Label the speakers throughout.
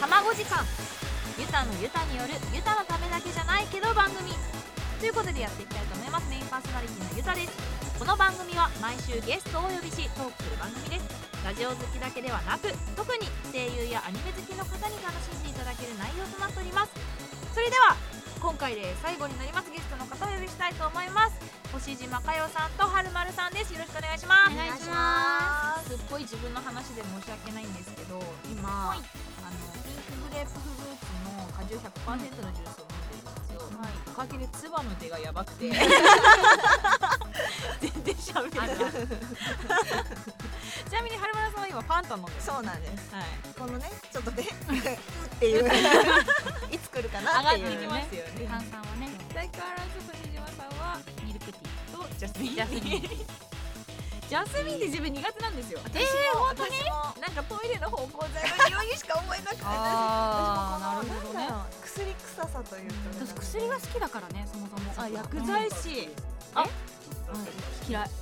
Speaker 1: 卵時間ユタのユタによるユタのためだけじゃないけど番組ということでやっていきたいと思いますメインパーソナリティのユタですこの番組は毎週ゲストをお呼びしトークする番組ですラジオ好きだけではなく特に声優やアニメ好きの方に楽しんでいただける内容となっておりますそれでは今回で最後になりますゲストの方をお呼びしたいと思います星島佳代さんと春丸さんですよろしくお願いします
Speaker 2: お願いします
Speaker 1: すっごい自分の話で申し訳ないんですけど今、
Speaker 2: はい
Speaker 1: あのピンクグレープフルーツの果汁100%のジュースを飲んでるんですよ、
Speaker 2: はい
Speaker 1: おかげでツバの手がやばくて全然しゃべれ ないちなみに春村さんは今パンタ飲んでる
Speaker 2: そうなんです。
Speaker 1: はい
Speaker 2: このね、ちょっ とね、うっていう、いつ来るかなっていう。
Speaker 1: 上がってきますよね
Speaker 3: 炭酸はね
Speaker 1: 相変わらず藤島さんは
Speaker 3: ミルクティー
Speaker 1: とジャスミン
Speaker 3: ジャス ミン
Speaker 1: ジャスミンって自分苦手なんですよ
Speaker 2: 私も
Speaker 1: 本当になんかトイレの方向剤の匂いにしか思えなくてあ
Speaker 2: あーなるほどね。薬臭さというか。
Speaker 3: 私薬が好きだからねそもそも
Speaker 1: あ薬剤師あ
Speaker 3: 嫌い
Speaker 1: ス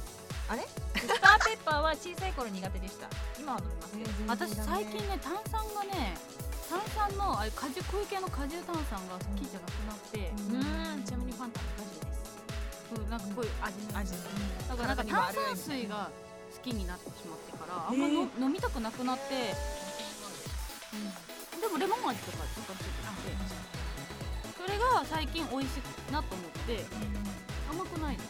Speaker 1: ターペッパーは小さい頃苦手でした今は飲みますけど
Speaker 3: 私最近ね炭酸がね炭酸のあれ果汁小池の果汁炭酸が好きじゃなくなって、
Speaker 1: うんちなみにファンタの大丈夫です
Speaker 3: うん、なんかこういう味の
Speaker 2: 味
Speaker 3: だからなんか炭酸水が好きになってしまってからあんまの、飲みたくなくなって、うんでもレモン味とかとかついててそれが最近美味しいなと思って甘くないの、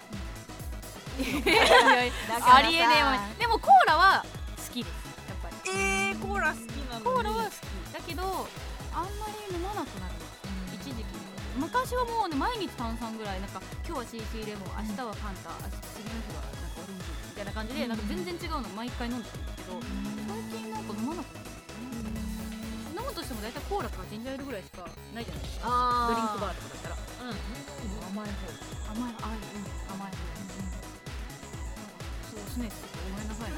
Speaker 3: ありえねえわでもコーラは好きですやっぱり
Speaker 2: えー、コーラ好きな
Speaker 3: コーラは好きだけどあんまり飲まなくなる一時期昔はもうね毎日炭酸ぐらいなんか今日は CC レモン明日はファンタ明日次の日はなんかオレンジみたいな感じでなんか全然違うの毎回飲んでるんですけど最近なんか飲まなくなる飲むとしても大体コーラかジンジャーエールぐらいしかないじゃないですかドリンク
Speaker 1: あ
Speaker 3: バーとかだったら
Speaker 1: ドリンクバーうん
Speaker 2: 甘い方。
Speaker 3: 甘い甘いうん甘いそうすねすねごめんなさいな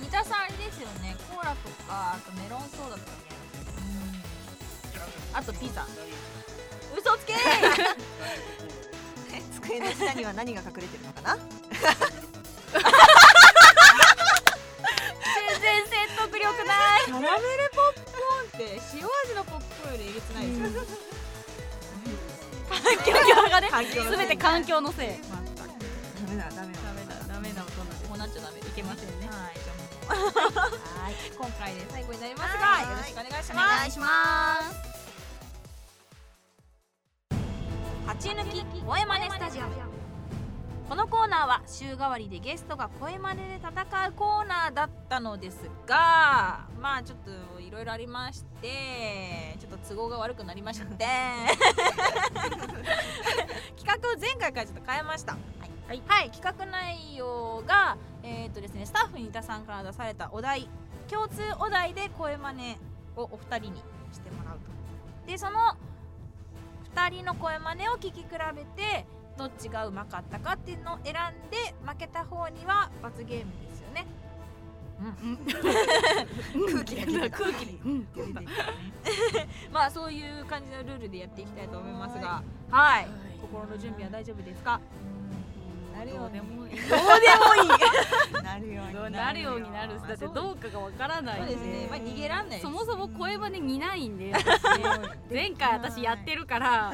Speaker 1: 三田さんあれですよねコーラとかあとメロンソーダとかねあとピザ嘘つけ
Speaker 2: 机の下には何が隠れてるのかな。
Speaker 1: 全然説得力ない
Speaker 2: キャラメル
Speaker 1: って塩味のポップコーンよりえげつないですよ
Speaker 3: がね
Speaker 2: 環境のせい
Speaker 3: 全て環境のせい
Speaker 2: ダメだダメだ。
Speaker 3: ダメな大人です
Speaker 1: もうなっちゃダメいけませんねはいじゃあもう はい今回で最後になります
Speaker 2: は
Speaker 1: が
Speaker 2: い
Speaker 1: よろしくお願いし
Speaker 2: お
Speaker 1: ます
Speaker 2: 願いします。
Speaker 1: 八抜き声真似スタジアムこのコーナーは週替わりでゲストが声真似で戦うコーナーだったのですがまあちょっといろいろありましてちょっと都合が悪くなりまして企画を前回からちょっと変えましたはい、企画内容が、えーとですね、スタッフに田さんから出されたお題共通お題で声真似をお二人にしてもらうとでその2人の声真似を聞き比べてどっちがうまかったかっていうのを選んで負けた方には罰ゲームですよね。
Speaker 2: 空気が切れた
Speaker 3: 空気にうん
Speaker 1: まあそういう感じのルールでやっていきたいと思いますが、はい、心の準備は大丈夫ですか？
Speaker 2: なるように
Speaker 3: もいい
Speaker 1: どうでもいい。
Speaker 2: なるように
Speaker 3: なるようになるだってどうかがわからない
Speaker 1: そ
Speaker 3: ん
Speaker 1: うですね。まあ逃げらんないです。
Speaker 3: そもそも声真似にないんで私前回私やってるから、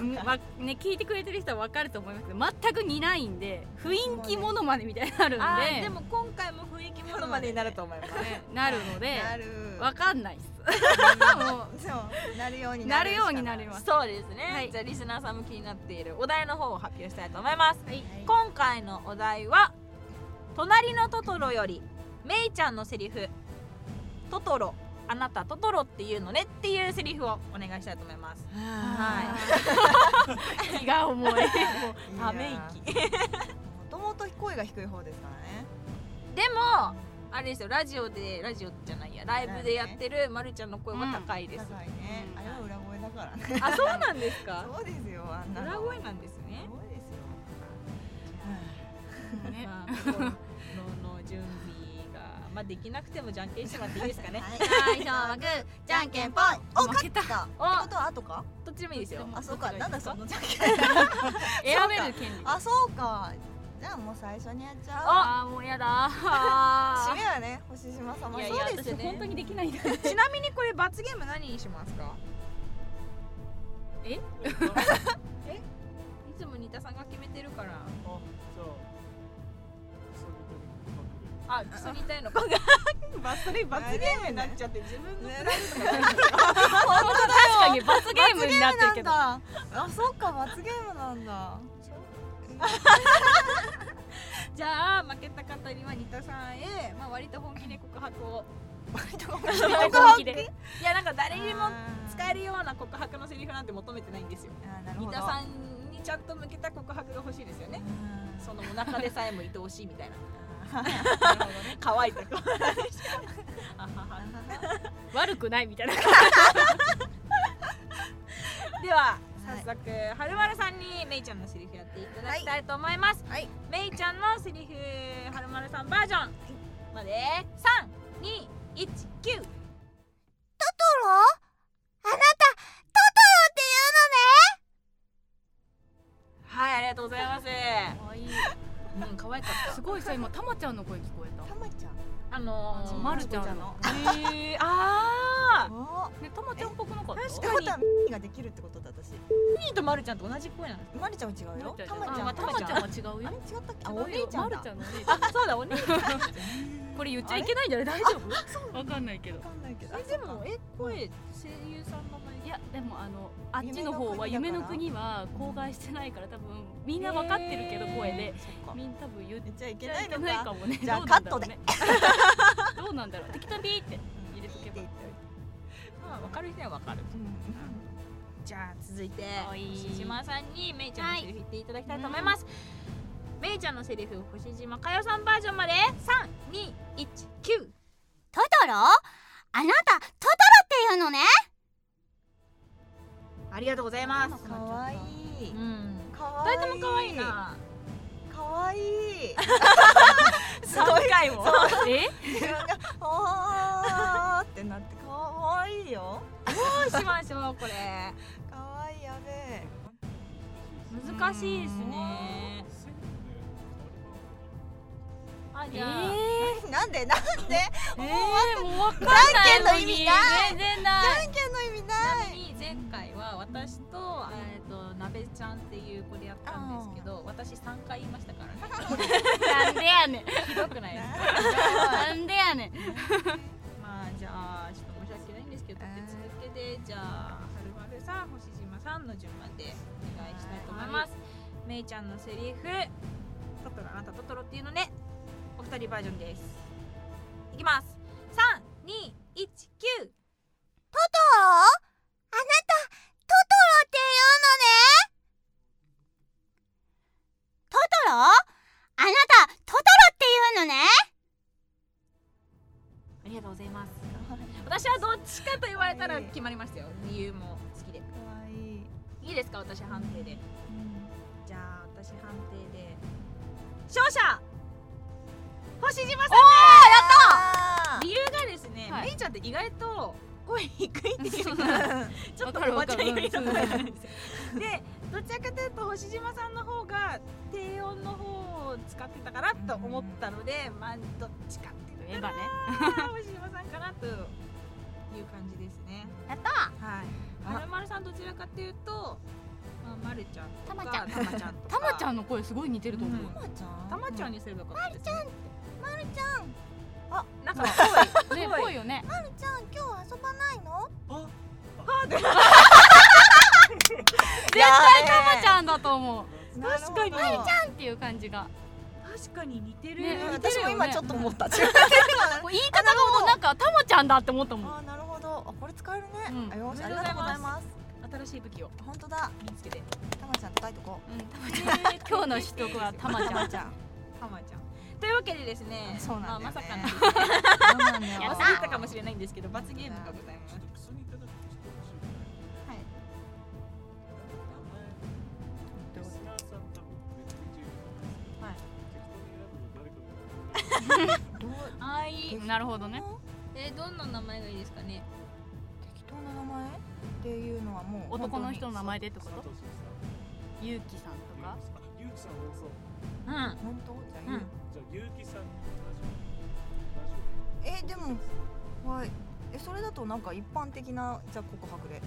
Speaker 3: うんわね、聞いてくれてる人はわかると思いますけど全く似ないんで雰囲気モノマネみたいになるんで
Speaker 1: あーでも今回も雰囲気ものまでになると思います。
Speaker 3: ねなるので
Speaker 2: なる
Speaker 3: わかんないっす も
Speaker 2: そうなるよう
Speaker 3: う
Speaker 2: に
Speaker 3: なるようになり
Speaker 2: す
Speaker 3: ます
Speaker 1: そうですね、
Speaker 3: はい
Speaker 1: じゃあリスナーさんも気になっているお題の方を発表したいと思います、
Speaker 3: はい
Speaker 1: 今回のお題は「隣のトトロ」よりめいちゃんのセリフ「トトロあなたトトロっていうのね」っていうセリフをお願いしたいと思いますは
Speaker 3: はい 気 が重い
Speaker 1: いため息で
Speaker 2: もともと声が低い方ですからね
Speaker 1: もああれですよラジオでラジオじゃないやライブでやってるまるちゃんの声は高いです、
Speaker 2: 高いね
Speaker 3: うん
Speaker 2: あれは裏声だからね
Speaker 1: あそうなんですか
Speaker 2: そうですよあんな
Speaker 1: 裏
Speaker 2: の
Speaker 1: 声なんですね
Speaker 2: すごいですよ
Speaker 3: ね
Speaker 1: まあ、心の準備が、まあ、できなくてもじゃんけんしてもらっていいですか ね。
Speaker 2: はい
Speaker 4: はい、今日はグー、じゃんけんぽん。
Speaker 2: お
Speaker 3: 負
Speaker 2: 勝
Speaker 3: け
Speaker 2: ったたってこ
Speaker 1: お、
Speaker 2: とは後か
Speaker 1: どっちでもいいですよ。
Speaker 2: あそうかなんだそのじゃんけん
Speaker 3: 選べる権利
Speaker 2: あそうかじゃあもう最初にやっちゃう
Speaker 3: あーもうやだ
Speaker 2: 締
Speaker 1: あ
Speaker 2: めはね星島様
Speaker 1: いやい
Speaker 2: そう
Speaker 1: や
Speaker 2: ですよ
Speaker 1: 私本当に
Speaker 3: できないんだ
Speaker 1: ーちなみにこれ罰ゲーム何にしますか？
Speaker 3: え？
Speaker 1: え？いつも新田さんが決めてるから。
Speaker 5: あじゃあクソみたいな感覚で
Speaker 1: あ、クソ似たような顔が。 バそれ罰ゲームになっちゃって自分の。
Speaker 3: 確かに罰ゲームになってる
Speaker 2: なん
Speaker 3: けど
Speaker 2: だあそうか罰ゲームなんだ
Speaker 1: じゃあ負けた方には新田さんへ、まあ割と本気で告白を。
Speaker 3: 本気で
Speaker 1: いやなんか誰にも使え
Speaker 2: る
Speaker 1: るような告白のセリフなんて求めてないんですよ。
Speaker 2: 三
Speaker 1: 新田
Speaker 2: 田さ
Speaker 1: さ
Speaker 2: ん
Speaker 1: んにちゃんと向けた告白が欲しいですよね。
Speaker 2: そ
Speaker 1: そのお腹でさえも愛おしいみたいな。
Speaker 2: う
Speaker 1: 乾いた 顔あはは
Speaker 3: 悪くないみたいな
Speaker 1: では早速、はるまるさんにめいちゃんのセリフやっていただきたいと思います、
Speaker 2: はい
Speaker 1: めいちゃんのセリフはるまるさんバージョンまで三二一九
Speaker 4: トトロあなた、トトロって
Speaker 1: はいありがとうございます
Speaker 3: わいい
Speaker 1: うん可愛かっ
Speaker 3: すごいさ今たまちゃんの声聞こえ
Speaker 2: たまちゃ
Speaker 1: た
Speaker 2: ん
Speaker 1: あの
Speaker 3: た
Speaker 1: ー、
Speaker 3: まるちゃんの
Speaker 1: えー、あー
Speaker 2: お
Speaker 3: ねたまちゃんっぽくなかった
Speaker 2: ってことはミができるってことだ私
Speaker 1: ミーとまるちゃんと同じ声なの
Speaker 2: マリちゃんは違うよたま
Speaker 3: あ
Speaker 2: ちゃん
Speaker 3: まあ
Speaker 2: は
Speaker 3: たまちゃんは違う
Speaker 2: あ
Speaker 3: よ
Speaker 2: れ違ったっけ
Speaker 3: 違
Speaker 2: あ
Speaker 3: う
Speaker 2: お姉ちゃんだ
Speaker 3: まるちゃんのお姉ちゃん
Speaker 1: あそうだお姉ちゃん
Speaker 3: これ言っちゃいけないんじゃない大丈夫わかんないけど
Speaker 2: わかんないけど
Speaker 1: えでもえ声声優さんの名前
Speaker 3: いやでもあのあっちの方は夢
Speaker 2: 夢
Speaker 3: の
Speaker 2: の
Speaker 3: 国
Speaker 2: 国
Speaker 3: は公害してないから多分みんなわかってるけど
Speaker 1: へー
Speaker 3: 声で
Speaker 2: そっか
Speaker 3: みんな多分言っ
Speaker 2: 言っちゃいけ
Speaker 3: ちゃ
Speaker 2: ないい
Speaker 3: け
Speaker 2: の
Speaker 3: ない
Speaker 2: か
Speaker 3: かもね
Speaker 2: じゃあ
Speaker 3: どうなんだろうね どうなんだろう適当にビーって入れとけば
Speaker 1: まあ分かる人は分かるじゃあ続いて
Speaker 3: はい
Speaker 1: 星島さんにめいちゃんのセリフ言っていただきたいと思います、めいちゃんのセリフ星島かよさんバージョンまで三二一九
Speaker 4: 言うのねトトロあなた、トトロって言うのね
Speaker 1: ありがとうございます
Speaker 2: かわいい
Speaker 1: うん
Speaker 2: かわ
Speaker 1: 二
Speaker 2: いい
Speaker 1: 人とも可愛いな
Speaker 2: かわいいす
Speaker 1: 三
Speaker 2: ごい
Speaker 1: 回も
Speaker 3: え
Speaker 2: 自分が「おー」ってなってかわいいよ
Speaker 1: どうしましょうこれ
Speaker 2: かわいいやべえ
Speaker 1: 難しいですね
Speaker 5: 選挙で
Speaker 1: あ
Speaker 3: え
Speaker 1: じ
Speaker 3: ー
Speaker 1: ゃあ、
Speaker 2: なんでなんで
Speaker 3: えーもうわかんないのに
Speaker 2: じ
Speaker 3: 全
Speaker 2: ゃ
Speaker 3: 然ない
Speaker 2: じゃんけんの意味ない
Speaker 1: に前回は私と,、えー、となべちゃんっていう子でやったんですけど私三回言いましたからね
Speaker 3: なんでやねん
Speaker 1: ひどくないですか
Speaker 3: なんでやねん
Speaker 1: まあじゃあちょっと申し訳ないんですけど立て続けでじゃあはるまるさん星島さんの順番でお願いしたいと思います、めいちゃんのセリフトトロあなたトトロっていうのねお二人バージョンですいきます三二一九
Speaker 4: トトロあなた、トトロって言うのねトトロあなた、トトロって言うのね
Speaker 1: ありがとうございます私はどっちかと言われたら決まりましたよ理由も好きで
Speaker 2: かわいい
Speaker 1: いいですか私判定でじゃあ私判定で勝者星島さんです
Speaker 2: あ
Speaker 1: 理由がですね、
Speaker 3: はい
Speaker 1: めいちゃんって意外と声低いっていう
Speaker 3: そうな
Speaker 1: か
Speaker 2: ー
Speaker 1: ちょっと
Speaker 3: わかる
Speaker 1: おば
Speaker 3: わ
Speaker 1: ち
Speaker 3: か
Speaker 1: ゃん
Speaker 3: る
Speaker 1: 寄りの声なんですよでどちらかというと星島さんの方が低音の方を使ってたかなと思ったので、まあどっちかって
Speaker 3: え
Speaker 1: 言
Speaker 3: え
Speaker 1: ったら
Speaker 3: ばね
Speaker 1: 星島さんかなという感じですね
Speaker 4: やった
Speaker 1: はい
Speaker 2: あ
Speaker 1: まるまるさんどちらかというと、まあ、まるちゃん
Speaker 4: たま
Speaker 1: と
Speaker 4: ちゃ
Speaker 1: か
Speaker 4: ん
Speaker 1: たまちゃんと
Speaker 3: た
Speaker 1: か
Speaker 3: まちゃ
Speaker 1: ん
Speaker 3: んの声すごい似てると思う
Speaker 1: うん
Speaker 2: たまちゃん
Speaker 1: たまちゃん
Speaker 2: に
Speaker 1: にすればよかったです、ね、
Speaker 4: まるちゃん、
Speaker 1: まるちゃんなんかぽい
Speaker 3: ね
Speaker 1: ぽい
Speaker 3: ぽいよね
Speaker 4: まるちゃん、今日遊ばないの
Speaker 3: 絶対たまちゃんだと思う
Speaker 1: 確かに
Speaker 2: なるほど
Speaker 3: っていう感じが
Speaker 1: 確かに似てる、
Speaker 3: ね
Speaker 2: うん
Speaker 3: 似てる
Speaker 2: 私
Speaker 3: よ
Speaker 2: も
Speaker 3: ね
Speaker 2: 今ちょっと思った
Speaker 3: こう言い方がもうなんかたまちゃんだって思ったもん
Speaker 2: あーなるほどあこれ使えるね、
Speaker 3: うん
Speaker 2: あよしありがとうございます
Speaker 1: 新しい武器を
Speaker 2: 本当だ
Speaker 1: 身につけて
Speaker 2: たまちゃん叩いとこう
Speaker 3: うん、今日の取得はたまちゃん
Speaker 2: ちゃん
Speaker 1: たまちゃん。というわけでですね
Speaker 2: そうなんだよね
Speaker 1: まあ、まさかの
Speaker 2: そうなんだよ
Speaker 1: 忘れてたかもしれないんですけど罰ゲームがございます
Speaker 2: どう
Speaker 3: はいなるほどね
Speaker 1: えーどんな名前がいいですかね
Speaker 2: 適当な名前っていうのはもう
Speaker 3: 男の人の名前
Speaker 2: で
Speaker 3: でってことゆうきさんとか
Speaker 1: うんあ
Speaker 2: 本当じゃあ、
Speaker 1: うん
Speaker 2: えでもはいえそれだとなんか一般的なじゃあ告白で
Speaker 1: そ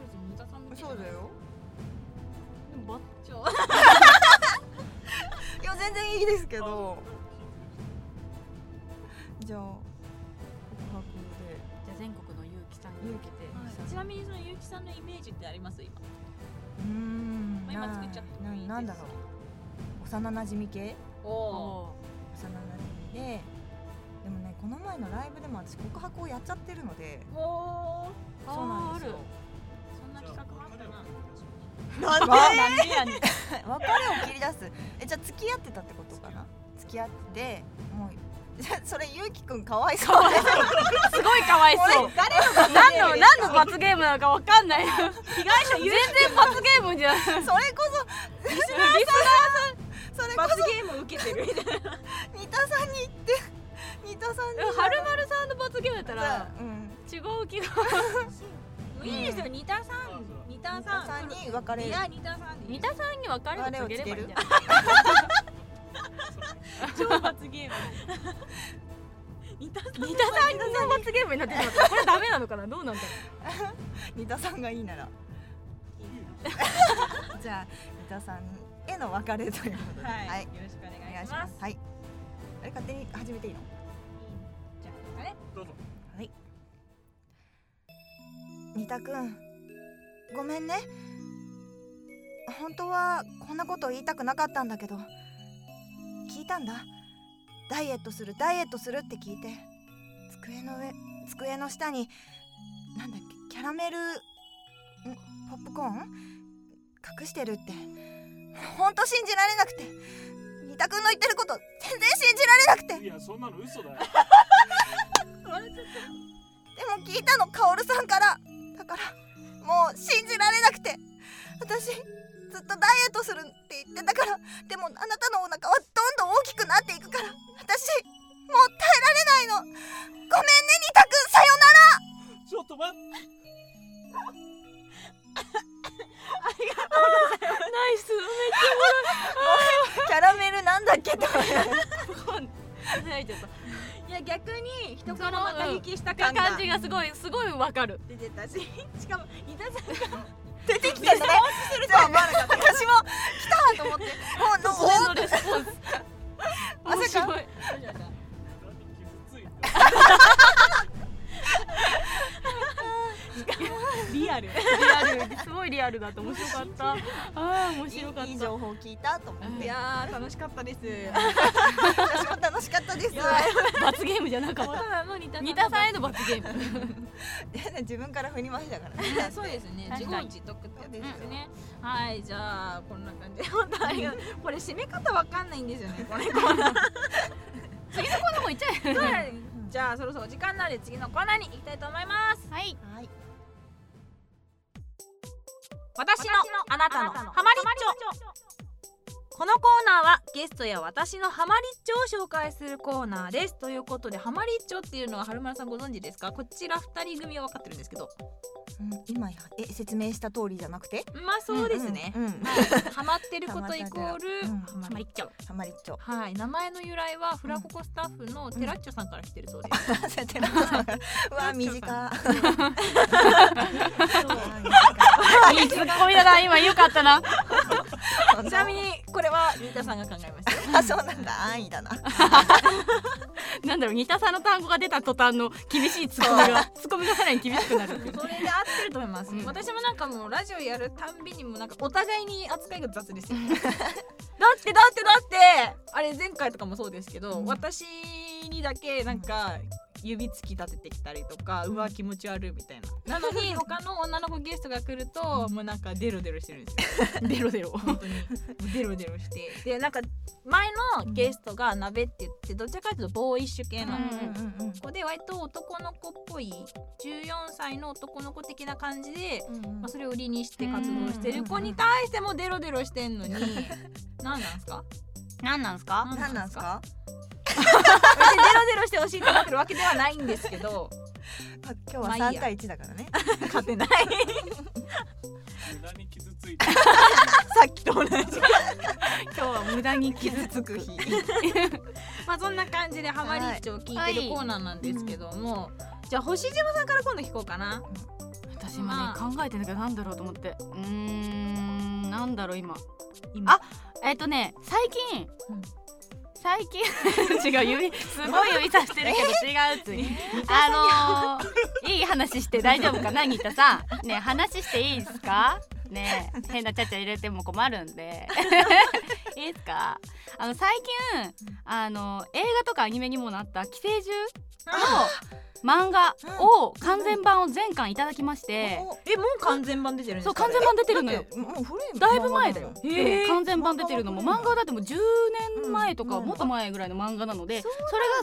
Speaker 1: うです三田さんみたいな
Speaker 2: そうだよ
Speaker 3: でもば
Speaker 1: ちょ
Speaker 2: いや全然いいですけどじゃあ告白で
Speaker 3: じゃあ全国のゆうきさん
Speaker 2: 勇
Speaker 3: に
Speaker 2: 気で
Speaker 1: ちなみにそのゆうきさんのイメージってあります今
Speaker 2: うーん
Speaker 1: まあ今作っちゃってもいいです
Speaker 2: ななんだろう幼馴染系
Speaker 1: おお
Speaker 3: お
Speaker 2: 幼馴染ででもねこの前のライブでも私告白をやっちゃってるので
Speaker 1: おお
Speaker 3: ー
Speaker 2: そうなんですよ
Speaker 1: そんな企画もあったな
Speaker 2: なんで
Speaker 1: なんでやねん
Speaker 2: 別れを切り出すえじゃあ付き合ってたってことかな付き合ってもう じゃあそれゆうきくんかわいそうです
Speaker 3: すごいかわい
Speaker 2: こ
Speaker 3: そ
Speaker 2: れ
Speaker 3: う
Speaker 2: 誰の
Speaker 3: 何の何の罰ゲームなのかわかんない被害者全然罰ゲームじゃん
Speaker 2: それこそリスナーさんそれこ
Speaker 1: 罰ゲーム受けてるみたいな
Speaker 2: そ三田さんに言って 三田さんに
Speaker 3: はるまるさんの罰ゲームだった
Speaker 2: じ
Speaker 3: ら
Speaker 2: ゃあうん
Speaker 3: 違う気が
Speaker 1: もういいですよ二田さん二田
Speaker 2: 三
Speaker 1: さ
Speaker 2: 田
Speaker 1: ん
Speaker 2: さんに別れ
Speaker 1: いや二田さんでい
Speaker 3: 三
Speaker 1: い
Speaker 3: 田さんに別れを告げればいいんじ ゃない
Speaker 1: 超罰ゲー ム二田さん
Speaker 3: 三田さんの罰ゲームになってしまったこれダメなのかなどうなんだろ
Speaker 2: 三田さんがいいならじゃあ三田さんへの別れということで
Speaker 1: はい、
Speaker 2: はい
Speaker 1: よろしくお
Speaker 2: お
Speaker 1: 願
Speaker 2: 願
Speaker 1: い
Speaker 2: い
Speaker 1: し
Speaker 2: し
Speaker 1: ま
Speaker 2: ますすはいあれ勝手に始めていいの
Speaker 1: じゃああれ
Speaker 2: 三田くんごめんね本当はこんなこと言いたくなかったんだけど聞いたんだダイエットするダイエットするって聞いて机の上机の下になんだっけキャラメルんポップコーン隠してるって本当信じられなくて三田くんの言ってること全然信じられなくて
Speaker 5: いやそんなの嘘だよ
Speaker 2: でも聞いたのカオルさんからだからもう信じられなくて私ずっとダイエットするって言ってたからでもあなたのお腹はどんどん大きくなっていくから私もう耐えられないのごめんねニタくんさよなら
Speaker 5: ちょっと待って
Speaker 3: ナイス
Speaker 2: キャラメルなんだっけと
Speaker 3: めっちゃ
Speaker 1: いや逆に人からまた引きした感が
Speaker 3: 感じがすごいすごいわかる
Speaker 1: 出てたし しかも二田さん
Speaker 2: 出てきてねするとは思わなかった私も来たと思って もう
Speaker 3: 俺のレスポンス
Speaker 2: ま
Speaker 3: 面
Speaker 2: さか
Speaker 3: 白い
Speaker 5: 何傷つい
Speaker 1: リアル
Speaker 3: リアルすごいリアルだって面白かったあ あ面白か
Speaker 2: お
Speaker 3: っ
Speaker 2: いいい
Speaker 3: た
Speaker 2: 情報聞いたと思っ
Speaker 1: い
Speaker 2: て
Speaker 1: やー楽しかったです
Speaker 2: 私も楽しかったです
Speaker 3: 罰ゲームじゃなか
Speaker 1: もう
Speaker 3: った
Speaker 1: だの 二田
Speaker 3: た三田さんへ
Speaker 1: の
Speaker 3: の罰ゲーム
Speaker 2: 自分から振りましたからね
Speaker 1: そうですね
Speaker 3: 確かに
Speaker 1: 自業自得ってやつですねはいじゃあこんな感じで本当ありがとうこれ締め方わかんないんですよねこれこんな
Speaker 3: 次のコーナーもいっちゃえ
Speaker 1: じゃあそろそろお時間なので次のコーナーに行きたいと思います
Speaker 3: はい
Speaker 2: はい
Speaker 1: 私のあなたのハマリッチョこのコーナーはゲストや私のハマリッチョを紹介するコーナーですということでハマリッチョっていうのは春丸さんご存知ですかこちら二人組は分かってるんですけど
Speaker 2: うん今え説明した通りじゃなくて
Speaker 1: まあそうですね、
Speaker 2: うんうん
Speaker 1: はいハマってることイコール
Speaker 2: うん
Speaker 1: ハマリッチョ
Speaker 2: ハマリッチョ
Speaker 1: はい名前の由来はフラココスタッフのテラッチョさんから来てるそうです、
Speaker 2: さてなさんがうわ短い。
Speaker 3: いいツッコミだな今よかったな
Speaker 1: ちなみにこれは新田さんが考えました
Speaker 2: あそうなんだ安易だな。
Speaker 3: なんだろう、似たさの単語が出た途端の厳しいツッコ ミが、ツッコミがさらに厳しくなるってい う。
Speaker 1: それで合ってると思います、
Speaker 3: うん
Speaker 1: 私もなんかもうラジオやるたんびにもなんかお互いに扱いが雑ですよ だってだってだってあれ前回とかもそうですけど、
Speaker 2: うん
Speaker 1: 私にだけなんか指突き立ててきたりとかうわ気持ち悪いみたいななのに他の女の子ゲストが来るともうなんかデロデロしてるんですよ デロデロ本当にデロデロしてでなんか前のゲストが鍋って言ってどちらかというとボーイッシュ系なの、
Speaker 2: うんうん
Speaker 1: ここで割と男の子っぽい14歳の男の子的な感じで、
Speaker 2: うん
Speaker 1: まあ、それを売りにして活動してる子に対してもデロデロしてんのに何なんすか
Speaker 6: なんなんすか
Speaker 2: 何なんすか
Speaker 1: 別にデロデロしてほしいと思ってるわけではないんですけど
Speaker 2: まあ今日
Speaker 1: まあ
Speaker 2: はい
Speaker 1: いや
Speaker 2: 3対1だからね
Speaker 1: 勝てない
Speaker 5: 無駄に傷ついてる
Speaker 1: さっきと同じ
Speaker 3: 今日は無駄に傷つく 日
Speaker 1: まあそんな感じでハマリッチを聞いてるコーナーなんですけども、じゃあ星島さんから今度聞こうかな
Speaker 3: 私今ね
Speaker 1: ま
Speaker 3: 考えてんだけどなんだろうと思ってうーんなんだろう今
Speaker 1: 今
Speaker 3: あえっとね最近、
Speaker 1: うん
Speaker 3: 最近 違う指すごい指さしてるけど違うついあのー、いい話して大丈夫かなギタさんねえ話していいですかねえ変なちゃちゃ入れても困るんでいいですかあの最近あの映画とかアニメにもなった寄生獣の漫画を完全版を全巻いただきまして、
Speaker 1: えもう完全版出てるんで
Speaker 3: そ
Speaker 1: す
Speaker 3: う
Speaker 1: か
Speaker 3: 完全版出てるのよ。
Speaker 2: もう古い
Speaker 3: だいぶ前だよ。
Speaker 1: へー
Speaker 3: 完全版出てるのも漫画はだってもう10年前とか
Speaker 2: うん
Speaker 3: もっと前ぐらいの漫画なので、
Speaker 1: う
Speaker 3: そ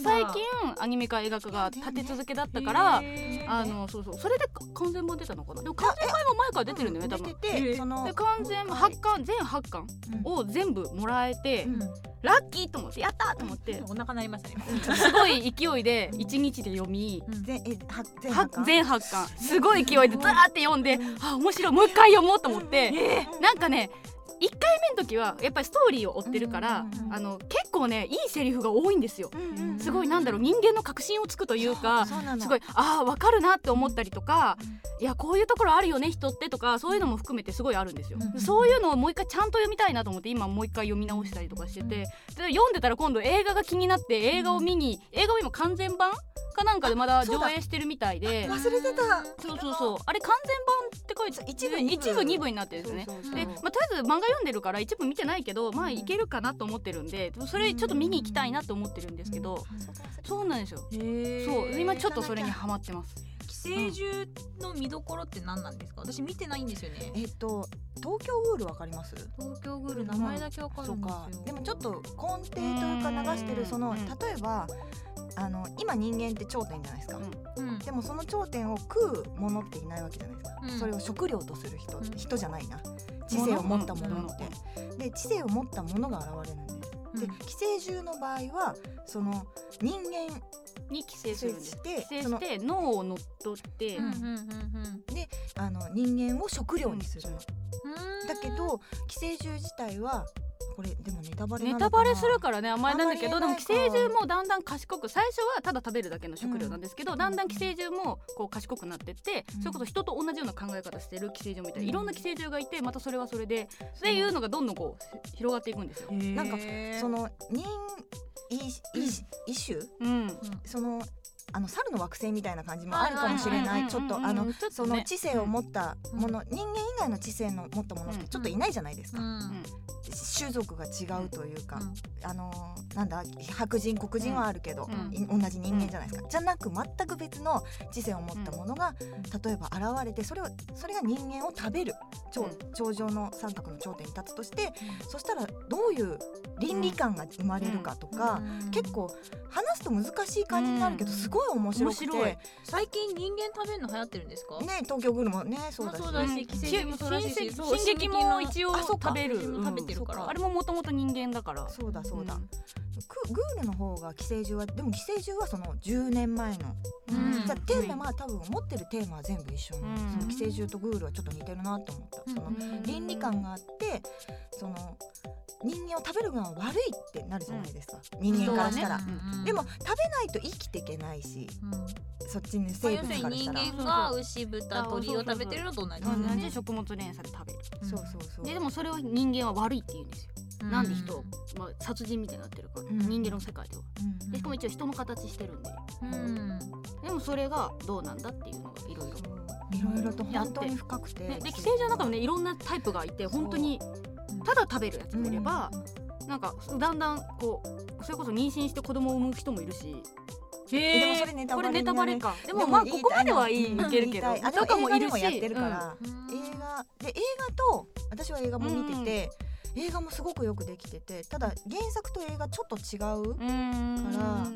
Speaker 1: な
Speaker 3: れ
Speaker 1: ん
Speaker 3: が
Speaker 1: だ
Speaker 3: 最近アニメ化映画化が立て続けだったか
Speaker 1: へ
Speaker 3: ら。
Speaker 1: ー
Speaker 3: あのそうそうそれで完全版出たのかなでも完全版も前から出てるんだよね多
Speaker 2: 出
Speaker 3: 分
Speaker 2: てて、
Speaker 1: えー
Speaker 2: その
Speaker 3: で完全
Speaker 2: もう
Speaker 3: 8巻全8巻
Speaker 2: うん
Speaker 3: を全部もらえて、
Speaker 1: うん
Speaker 3: ラッキーと思ってやったーと思って
Speaker 1: お腹鳴りましたね
Speaker 3: すごい勢いで1日で読み
Speaker 2: 全えは全
Speaker 3: は
Speaker 2: 八巻
Speaker 3: 全8巻すごい勢いでずらーって読んであ面白いもう一回読もうと思ってなんかね1回目の時はやっぱりストーリーを追ってるから
Speaker 2: うんうん
Speaker 3: あの結構ねいいセリフが多いんですよ
Speaker 2: うんうんうん
Speaker 3: すごいなんだろう人間の確信をつくというか
Speaker 2: そうなの
Speaker 3: すごいああ分かるなって思ったりとかいやこういうところあるよね人ってとかそういうのも含めてすごいあるんですよ
Speaker 1: うん
Speaker 3: そういうのをもう一回ちゃんと読みたいなと思って今もう一回読み直したりとかしててで読んでたら今度映画が気になって映画を見に映画を今完全版かなんかでまだ上映してるみたいで
Speaker 2: 忘れてた
Speaker 3: そうそうそうあれ完全版って書いて
Speaker 2: 一部二部
Speaker 3: 一部二部になってるんですねで、まあ、とりあえず漫画読んでるから一部見てないけどまあいけるかなと思ってるんでそれちょっと見に行きたいなと思ってるんですけどそうなんですよそう今ちょっとそれにハマってます
Speaker 1: 寄生獣の見どころって何なんですか私見てないんですよね
Speaker 2: えっと東京ウールわかります
Speaker 1: 東京グール名前だけわか
Speaker 2: そ
Speaker 1: る
Speaker 2: うん
Speaker 1: ですよ
Speaker 2: かでもちょっと根底というか流してるその
Speaker 3: うん
Speaker 2: 例えばあの今人間って頂点じゃないですか、
Speaker 3: うん
Speaker 1: うん
Speaker 2: でもその頂点を食うものっていないわけじゃないですか、
Speaker 1: うん
Speaker 2: それを食料とする人、
Speaker 1: うん
Speaker 2: 人じゃないな知性を持ったもの
Speaker 3: もの
Speaker 2: って、で知性を持ったものが現れるんです、
Speaker 1: うん
Speaker 2: で寄生獣の場合はその人間
Speaker 3: に寄生するんです
Speaker 2: 寄生
Speaker 3: 寄
Speaker 2: して
Speaker 3: 生
Speaker 2: その
Speaker 3: して脳を乗っ取って、
Speaker 1: うんうんうん
Speaker 2: あの人間を食料にするの、
Speaker 1: うん
Speaker 2: だけど寄生獣自体はこれでもネタバレな
Speaker 3: ネ
Speaker 2: のかな
Speaker 3: タバレするからね甘えなんだけ
Speaker 2: あ
Speaker 3: ど
Speaker 2: んま
Speaker 3: で
Speaker 2: り
Speaker 3: も
Speaker 2: 言
Speaker 3: 寄
Speaker 2: えない
Speaker 3: 生
Speaker 2: か
Speaker 3: 獣もだんだん賢く最初はただ食べるだけの食料なんですけど、だんだん寄生獣もこう賢くなってって、
Speaker 2: うん
Speaker 3: それこそ人と同じような考え方してる寄生獣みたいな、
Speaker 2: うん
Speaker 3: いろんな寄生獣がいてまたそれはそれでっていうのがどんどんこう広がっていくんですよ。
Speaker 2: なんか
Speaker 1: へー
Speaker 2: その人いい一種
Speaker 3: うん、
Speaker 2: そのあの猿の惑星みたいな感じもあるかもしれない、ちょっとあの、
Speaker 3: ちょっ
Speaker 2: そ
Speaker 3: とね
Speaker 2: の知性を持ったもの、人間以外の知性の持ったものってちょっといないじゃないです
Speaker 1: う
Speaker 2: か、
Speaker 1: ん
Speaker 2: 種族が違うというか、
Speaker 1: うん
Speaker 2: あのーなんだ白人黒人はあるけど、
Speaker 3: うん
Speaker 2: い同じ人間じゃないですか、じゃなく全く別の知性を持ったものが、例えば現れてそれをそれが人間を食べる頂,、
Speaker 3: うん
Speaker 2: 頂上の三角の頂点に立つとして、そしたらどういう倫理観が生まれるかとか、
Speaker 1: うん
Speaker 2: 結構話すと難しい感じになるけど、
Speaker 3: うん
Speaker 2: すごい面白くて
Speaker 3: 面白い
Speaker 2: ね
Speaker 1: 最近人間食べるの流行ってるんですか
Speaker 2: 東京グルメもねそうだし、
Speaker 1: まあそう
Speaker 3: う
Speaker 1: だ
Speaker 3: ん
Speaker 1: し
Speaker 3: し
Speaker 1: 寄生獣もそうらしいし
Speaker 3: 進撃
Speaker 1: そう
Speaker 3: 進撃も一応
Speaker 2: あそうか
Speaker 3: 食べる
Speaker 1: 進撃も食べてるから
Speaker 3: うんそうあれももともと人間だから
Speaker 2: そうだそうだ、
Speaker 3: うん
Speaker 2: くグールの方が寄生獣はでも寄生獣はその10年前の、
Speaker 1: うん
Speaker 2: じゃあテーマは多分持ってるテーマは全部一緒なの、
Speaker 3: うん
Speaker 2: その寄生獣とグールはちょっと似てるなと思った、
Speaker 1: うん
Speaker 2: その倫理観があってその人間を食べるのは悪いってなるじゃないですか、人間からしたら、
Speaker 1: 人はね
Speaker 3: うん
Speaker 2: でも食べないと生きていけないし
Speaker 1: うんま
Speaker 2: そっちの
Speaker 1: あ
Speaker 2: 成
Speaker 1: 要す
Speaker 2: 分
Speaker 1: る
Speaker 2: から
Speaker 1: に
Speaker 2: した
Speaker 1: 人間
Speaker 2: ら、
Speaker 1: が牛豚鳥を食べてるのと同じですよ
Speaker 3: 同
Speaker 1: ね
Speaker 3: じ食物連鎖で食べる
Speaker 2: そうそうそう
Speaker 3: ででもそれを人間は悪いって言うんですよ、
Speaker 1: うん
Speaker 3: なんで人を、まあ、殺人みたいになってるから、
Speaker 2: ん
Speaker 3: 人間の世界では
Speaker 2: うん
Speaker 3: でしかも一応人の形してるんで
Speaker 1: うん
Speaker 3: でもそれがどうなんだっていうのがいろいろ
Speaker 2: いろいろと本当に深くて、
Speaker 3: ね、で寄生獣の中もねいろんなタイプがいて本当にただ食べるやつもいれば、なんかだんだんこうそれこそ妊娠して子供を産む人もいるし
Speaker 1: へ
Speaker 2: で
Speaker 1: ー
Speaker 2: もそれネタ
Speaker 3: こ
Speaker 2: バレ
Speaker 3: れネタバレ
Speaker 2: になる
Speaker 3: かで
Speaker 2: で
Speaker 3: も
Speaker 2: も
Speaker 3: まあ
Speaker 2: 言
Speaker 3: こ
Speaker 2: い
Speaker 3: こ
Speaker 2: た
Speaker 3: ま
Speaker 2: い
Speaker 3: で
Speaker 2: な
Speaker 3: はい
Speaker 2: うん
Speaker 3: いけるけど
Speaker 2: 言いたいあでも
Speaker 3: とかもい
Speaker 2: 映画
Speaker 3: る
Speaker 2: でも
Speaker 3: し
Speaker 2: やってるか
Speaker 3: う
Speaker 2: ら、
Speaker 3: ん
Speaker 2: 映画で映画と私は映画も見てて、映画もすごくよくできててただ原作と映画ちょっと違う、
Speaker 3: うーん
Speaker 2: から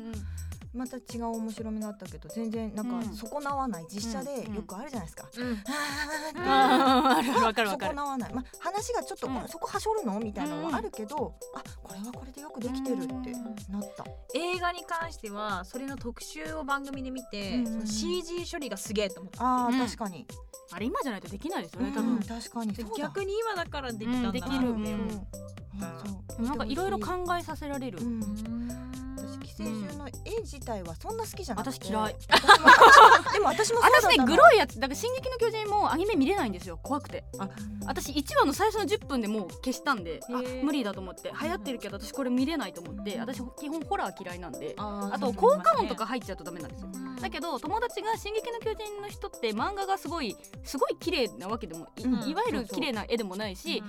Speaker 2: また違う面白みがあったけど全然なん
Speaker 3: う
Speaker 2: か
Speaker 3: ん
Speaker 2: 損なわない実写で
Speaker 3: うん
Speaker 2: よくあるじゃないですか。
Speaker 1: うん
Speaker 2: あー
Speaker 3: あーあるわかるわか
Speaker 2: 損
Speaker 3: る
Speaker 2: なわない、まあ、話がちょっと、
Speaker 3: うん
Speaker 2: うんそこはしょるのみたいなの
Speaker 3: うん
Speaker 2: はあるけど、あこれはこれでよくできてるってなった、
Speaker 1: 映画に関してはそれの特集を番組で見て、
Speaker 2: うん
Speaker 1: その CG 処理がすげえと思った
Speaker 2: あー
Speaker 3: うん
Speaker 2: 確かに、
Speaker 3: あれ今じゃないとできないですよ
Speaker 2: う
Speaker 3: ね
Speaker 2: ん
Speaker 3: 多分
Speaker 2: 確かにそうだ
Speaker 1: 逆に今だからできたんだな
Speaker 3: うんでき
Speaker 2: う
Speaker 3: る
Speaker 2: ん
Speaker 3: うん
Speaker 2: そう
Speaker 3: なんかいろいろ考えさせられる
Speaker 2: うん
Speaker 1: うん
Speaker 2: 私寄生虫の絵自体はそんな好きじゃなくて
Speaker 3: 私嫌い
Speaker 2: 私も私もでも私もそうだった
Speaker 3: 私
Speaker 2: の
Speaker 3: ねグロいやつだから「進撃の巨人」もアニメ見れないんですよ怖くて私1話の最初の10分でもう消したんであ
Speaker 1: へー
Speaker 3: 無理だと思って流行ってるけど私これ見れないと思って私基本ホラー嫌いなんで
Speaker 1: あー
Speaker 3: あと効果音とか入っちゃうとダメなんですよだけど友達が「進撃の巨人」の人って漫画がすごいすごい綺麗なわけでもい,、
Speaker 1: うん
Speaker 3: いわ
Speaker 2: そ
Speaker 3: ゆ
Speaker 2: う
Speaker 3: る
Speaker 2: そう
Speaker 3: 綺麗な絵でもないし、
Speaker 1: うん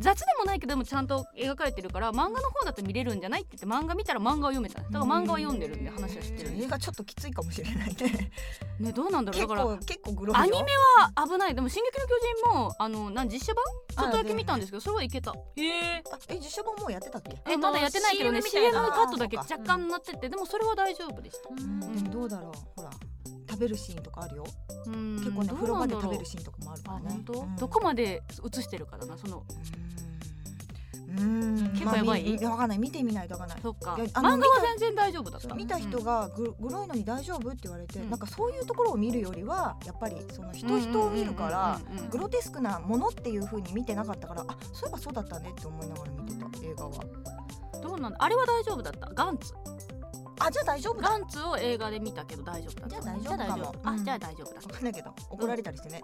Speaker 3: 雑でもないけどでもちゃんと描かれてるから漫画の方だと見れるんじゃないって言って漫画見たら漫画を読めただから漫画は読んでるんで話は知ってるんで
Speaker 2: 映画ちょっときついかもしれないね
Speaker 3: ねどうなんだろう
Speaker 2: 結
Speaker 3: だから
Speaker 2: 構結構グロいよ
Speaker 3: アニメは危ないでも「進撃の巨人も」あのなん実写版ちょっとだけ見たんですけどそれはいけた
Speaker 1: え
Speaker 2: あえ実写版もうやってたっけ
Speaker 3: え
Speaker 1: あの
Speaker 3: まだやってないけどね
Speaker 1: CM みた
Speaker 3: CM
Speaker 1: いな
Speaker 3: カットだけ
Speaker 2: あー
Speaker 3: 若干なっててでもそれは大丈夫でした
Speaker 2: うんでもどうだろうほら食べるシーンとかあるよ
Speaker 3: 結
Speaker 2: 結構ね風呂場で食べる
Speaker 3: し
Speaker 2: シーンとかもあるか
Speaker 3: あ
Speaker 2: らね
Speaker 3: 本当、
Speaker 2: うん
Speaker 3: どこまで映してるかだなその
Speaker 2: うーんうーん
Speaker 3: 結構やばい
Speaker 2: まあみやわかんない見てみないとわかんない
Speaker 3: そっか
Speaker 2: いや
Speaker 3: 漫
Speaker 2: あ
Speaker 3: 画
Speaker 2: の
Speaker 3: は全然大丈夫だった
Speaker 2: 見た人がググロいのに大丈夫って言われて、
Speaker 3: うん
Speaker 2: なんかそういうところを見るよりはやっぱりその人人を見るから
Speaker 3: うんうんうんうん
Speaker 2: グロテスクなものっていう風に見てなかったからあそういえばそうだったねって思いながら見てた映画は
Speaker 3: どうなんだあれは大丈夫だったガンツ
Speaker 2: あじゃあ大丈夫だ
Speaker 3: ガンツを映画で見たけど大丈夫だった
Speaker 2: じゃあ大丈夫かも
Speaker 3: じゃあ大丈夫あじゃあ大丈夫だ
Speaker 2: わかんないけど怒られたりして ね、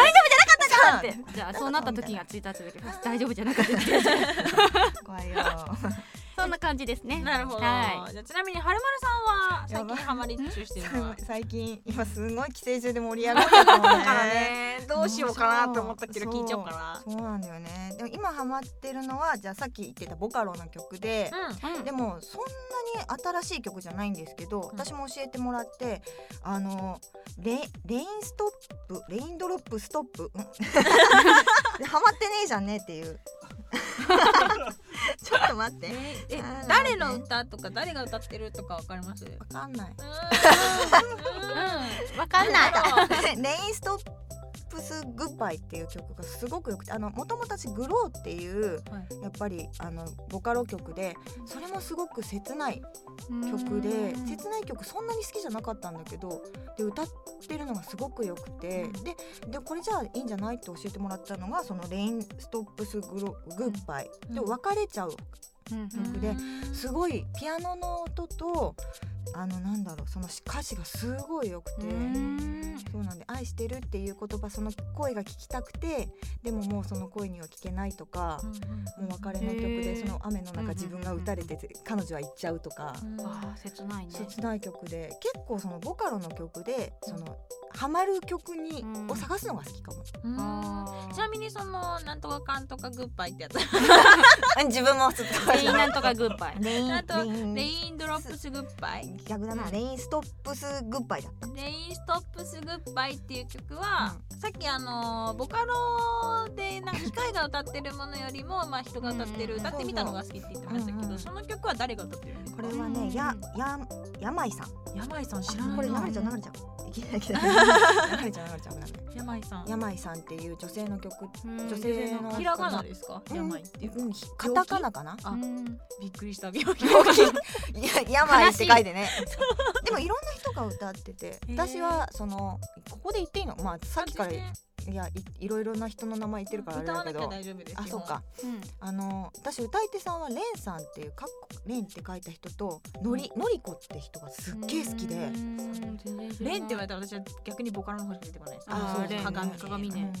Speaker 3: だってじゃあそうなった時がツイッターで大丈夫じゃなかった
Speaker 2: 怖いよ
Speaker 3: そんな感じですね
Speaker 1: なるほど、
Speaker 3: は
Speaker 1: じゃあちなみにはるまるさんは最
Speaker 2: やば
Speaker 1: 近ハマり中してるのは
Speaker 2: 最近今すごい寄生虫で盛り上がってたもん
Speaker 1: だからねどうしようかなと思ったけど聞いちゃおうか
Speaker 2: そうなんだよねでも今ハマってるのはじゃあさっき言ってたボカロの曲で、
Speaker 1: なうん
Speaker 3: うん
Speaker 2: でもそんなに新しい曲じゃないんですけど、私も教えてもらってあのレレインストップレインドロップストップうん でハマってねえじゃんねっていう ちょっと待ってわ
Speaker 1: ええ
Speaker 2: あー
Speaker 1: 誰の歌とか誰が歌ってるとかわかりますうーん
Speaker 2: かんない
Speaker 3: うんわかんない
Speaker 2: レインストップスグッバイっていう曲がすごくよくてあのもともと私グローっていう、
Speaker 1: は
Speaker 2: やっぱりあのボカロ曲でそれもすごく切ない曲で切ない曲そんなに好きじゃなかったんだけどで歌ってるのがすごくよくてででこれじゃあいいんじゃないって教えてもらったのがその「レインストップスグログッバイ」
Speaker 1: うん
Speaker 2: で別れちゃう
Speaker 3: うん
Speaker 2: 曲ですごいピアノの音とあのなんだろうその歌詞がすごいよくて。
Speaker 3: うん
Speaker 2: そうなんで愛してるっていう言葉その声が聞きたくてでももうその声には聞けないとか、もう別れの曲
Speaker 3: へ
Speaker 2: で
Speaker 3: ー
Speaker 2: その雨の中自分が打たれてて、彼女は行っちゃうとか、
Speaker 3: あー切ないね
Speaker 2: 切ない曲で結構そのボカロの曲でそのハマる曲に
Speaker 3: うん
Speaker 2: を探すのが好きかも、
Speaker 1: うん
Speaker 3: あー
Speaker 1: ちなみにそのなんとかかんとかグッバイってやつ
Speaker 2: 自分もすっと
Speaker 3: 全員なんとかグッバイ
Speaker 2: レイン
Speaker 1: あと
Speaker 2: レ
Speaker 1: レ
Speaker 2: イ
Speaker 1: インドロップスグッバイ
Speaker 2: ン逆だな、レインストップスグッバイだった
Speaker 1: レインストップスグッバイっていう曲は、さっきあのーボカロでなんか機械が歌ってるものよりもまあ人が歌ってる
Speaker 3: うん
Speaker 1: 歌ってみたのが好きって言ってましたけど、
Speaker 2: うんうん
Speaker 1: その曲は誰が歌ってるんです
Speaker 2: こ
Speaker 1: か
Speaker 2: れはね、
Speaker 3: うん
Speaker 2: やややまいさん
Speaker 1: 山井さん知ら
Speaker 2: あ
Speaker 1: ない
Speaker 2: これ流
Speaker 1: な
Speaker 2: れちゃう流れちゃういきなりいきなり流れちゃう流れちゃう危ない
Speaker 1: 山井さん
Speaker 2: やまいさんっていう女性の曲
Speaker 3: 女
Speaker 2: 女性の
Speaker 1: ひらがなですか、
Speaker 2: うん
Speaker 1: 山井っていう
Speaker 2: うんひカタカナかな
Speaker 1: あびっくりした病気
Speaker 2: いややまいって書いてねでもいろんな人が歌ってて
Speaker 1: へー
Speaker 2: 私はそのここで言っていいのまあさっきから
Speaker 1: 全然
Speaker 2: いやいいろいろな人の名前言ってるからあれ
Speaker 1: 歌わ
Speaker 2: だ
Speaker 1: な
Speaker 2: け
Speaker 1: きゃ
Speaker 2: ど
Speaker 1: 大丈夫ですよ
Speaker 2: あそうかあの私歌い手さんはレンさんっていうかっこレンって書いた人とのりのりこって人がすっげえ好きで
Speaker 1: レンって言われた
Speaker 3: た
Speaker 1: ら私は逆にボカロの方しか出てこないです
Speaker 2: あー
Speaker 1: そう
Speaker 2: レン
Speaker 1: 鏡
Speaker 3: 鏡ね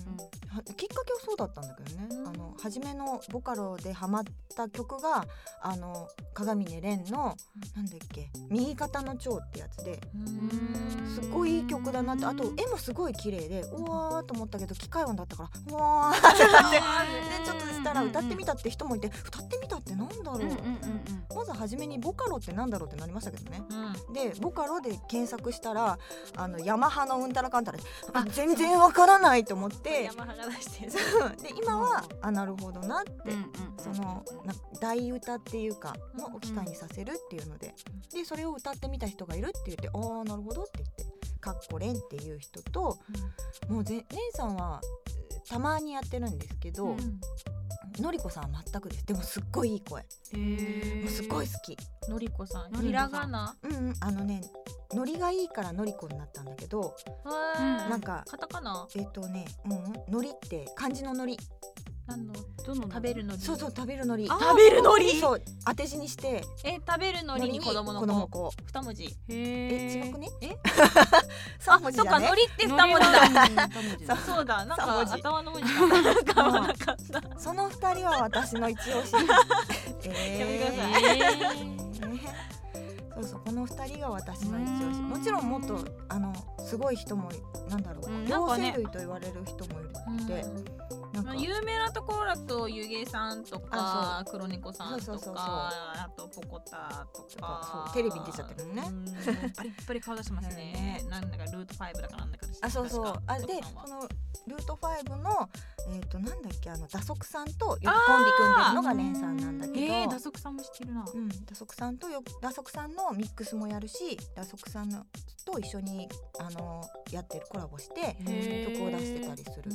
Speaker 2: はきっかけはそうだったんだけどねあの初めのボカロでハマった曲があの鏡音レンのなんだっけ「右肩の蝶」ってやつで
Speaker 1: うん
Speaker 2: すっごいいい曲曲だなってあと絵もすごい綺麗でうわーと思ったけど機械音だったからうわーってなってでちょっとしたら歌ってみたって人もいて歌ってみたってなんだろう、
Speaker 3: うんうんうん
Speaker 2: まず初めにボカロってなんだろうってなりましたけどね
Speaker 1: うん
Speaker 2: でボカロで検索したらあのヤマハのうんたらかんたらであ全然わからないと思って
Speaker 1: 山はが出してる
Speaker 2: で今はあなるほどなって、
Speaker 3: うん
Speaker 2: そのな大歌っていうかのを機会にさせるっていうのででそれを歌ってみた人がいるって言って「ああなるほど」って言って「かっこれん」っていう人と、もうぜ姉さんはえーたまにやってるんですけど、のりこさんは全くですでもすっごいいい声もうすっごい好き、
Speaker 1: のりこさん
Speaker 3: のりこさん
Speaker 1: ひらがな
Speaker 2: うんうん、あのねノリがいいからのりこになったんだけど
Speaker 3: うん
Speaker 2: なんか
Speaker 1: カタカナ
Speaker 2: えっ、とねうんのりって漢字ののり
Speaker 1: なんの
Speaker 3: どの
Speaker 1: 食べるのり
Speaker 2: そうそう食べるのり
Speaker 1: あー
Speaker 2: 食べるのりそう当て字にして
Speaker 1: え食べるのりに子供の子
Speaker 2: 子
Speaker 1: 二文字
Speaker 3: へ
Speaker 2: え
Speaker 3: え
Speaker 2: 違くね
Speaker 1: え
Speaker 2: 三文字
Speaker 1: そっ
Speaker 2: だ
Speaker 1: か
Speaker 2: ね
Speaker 1: のりって二文字だ
Speaker 3: だ
Speaker 1: そうそうだなん
Speaker 2: 三
Speaker 1: か
Speaker 2: 文字
Speaker 1: 頭の文字だなんか合わなかった
Speaker 2: その二人は私の一押 し。
Speaker 1: やめてくだ
Speaker 2: え
Speaker 1: さい
Speaker 2: ーそうそうこの二人が私の一押し。もちろんもっとあのすごい人もなんだろう、
Speaker 1: うんなん
Speaker 2: 両
Speaker 1: か
Speaker 2: 生
Speaker 1: ね
Speaker 2: 類と言われる人もいるって、なん
Speaker 1: ま
Speaker 2: か
Speaker 1: あ、有名なところだと湯気さんとか
Speaker 2: あ
Speaker 1: 黒猫さんとか
Speaker 2: そうそうそうそう
Speaker 1: あとポコタとか
Speaker 2: そうテレビに出ちゃってるのね
Speaker 1: うんバリッバリ顔出してますねなんだかルート5だかなんだかでした
Speaker 2: あそうそう
Speaker 1: 確か
Speaker 2: あで
Speaker 1: ポコタ
Speaker 2: そ
Speaker 1: は
Speaker 2: のルートファイブのえっ、となんだっけあの打足さんとよくコンビ組んでるのがレンさんなんだけど。
Speaker 3: えー打足さんも知ってるな
Speaker 2: うん、打足さんとよ打足さんのミックスもやるし打足さんのと一緒にあのやってるコラボして
Speaker 3: へー
Speaker 2: 曲を出してたりする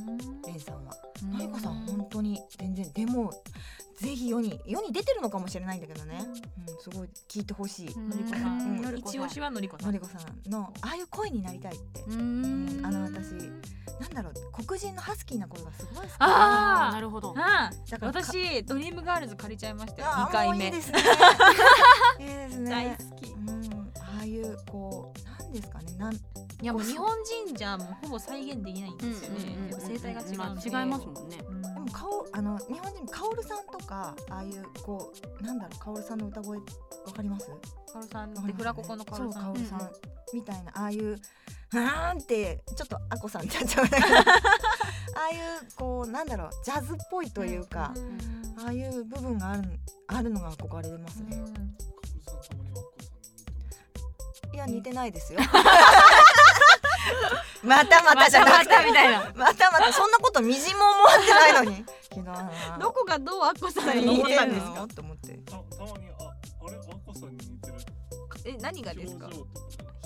Speaker 2: レンさんは。のりこさん
Speaker 3: う
Speaker 2: 本当に全然でもぜひ世に世に出てるのかもしれないんだけどね、うん、すごい聞いてほしい、
Speaker 3: うん
Speaker 1: のりこさ
Speaker 2: うん
Speaker 1: ん
Speaker 3: のりこさん
Speaker 1: 一押しはのりこさ
Speaker 2: の
Speaker 1: ん
Speaker 2: りこさんのああいう声になりたいって、
Speaker 3: うん
Speaker 2: あの私なんだろう黒人のハスキーな声がすごい好き
Speaker 3: あ
Speaker 1: あ
Speaker 3: ー
Speaker 1: ー
Speaker 3: なるほど
Speaker 1: あ
Speaker 2: だからか
Speaker 1: 私ドリームガールズ借りちゃいましたよ2
Speaker 2: あーも
Speaker 1: 回
Speaker 2: うい
Speaker 1: 目
Speaker 2: いですねいいです
Speaker 1: 大
Speaker 2: ね
Speaker 1: 好き
Speaker 2: うん、ああいうこうなんですかねなん
Speaker 1: いやもう日本人じゃもうほぼ再現できないんですよね
Speaker 3: うんうんうんうん
Speaker 1: やっぱ声帯が違うので
Speaker 3: まあ違いますもんね
Speaker 1: うん
Speaker 2: でも顔あの日本人カオルさんとかああいうこうなんだろうカオルさんの歌声わかります
Speaker 1: カオルさんってフラココのカオルさ
Speaker 2: そ
Speaker 1: ん
Speaker 2: うカオルさん、
Speaker 3: うんう
Speaker 2: みたいなああいうあーんってちょっとアコさんになっち ゃうんだけどああいうこうなんだろうジャズっぽいというか、
Speaker 1: ん
Speaker 2: ああいう部分があるあるのが憧れますね、
Speaker 5: さんたまにアッコさんに似てます
Speaker 2: いや似てない ですよまたまたじゃなくて
Speaker 3: みたいな
Speaker 2: またまたそんなことみじんも思ってないのに ひどいな
Speaker 1: どこがどうアッコさんに
Speaker 2: 似
Speaker 1: 似て
Speaker 2: て
Speaker 1: る
Speaker 2: ん
Speaker 1: の
Speaker 2: ですかと思って
Speaker 5: たたまにああれアッコさんに似てる
Speaker 1: え何がで
Speaker 5: 表
Speaker 1: す
Speaker 5: 情
Speaker 1: か
Speaker 5: とか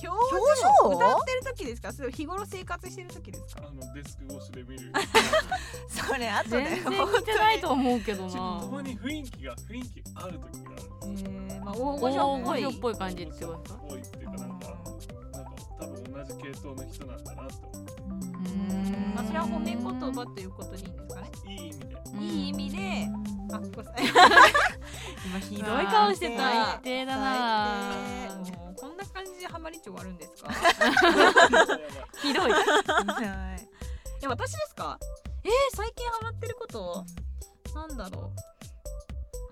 Speaker 1: 表情
Speaker 2: 表情
Speaker 1: 歌ってる時ですかそれ日頃生活してる時ですか
Speaker 5: あのデスク越しで見る
Speaker 2: それ後で
Speaker 3: 全然似てないと思うけど
Speaker 5: ちょっとたま
Speaker 3: な
Speaker 5: に雰囲気が雰囲気ある時がある
Speaker 1: えー、まあ大御所
Speaker 3: 大
Speaker 1: っぽ
Speaker 3: 声
Speaker 1: い
Speaker 3: っぽい感じってことですか
Speaker 5: 多いっていうかなんかなんか多分同じ系統の人なんだなって思
Speaker 3: うん
Speaker 1: まあそれは褒め言葉ということでいいんですかね
Speaker 5: ういい意味で
Speaker 3: うん
Speaker 1: いい意味でアッコさん 今ひ
Speaker 3: ひ
Speaker 1: ど
Speaker 3: ど
Speaker 1: い
Speaker 3: い
Speaker 1: 顔
Speaker 3: 顔
Speaker 1: し
Speaker 3: して
Speaker 1: て
Speaker 3: た
Speaker 1: た
Speaker 3: 一定だな
Speaker 1: もうこんな感じでハマり長あるんですか
Speaker 3: ひどい
Speaker 1: はいえ私ですかえー、最近ハマってることなんだろ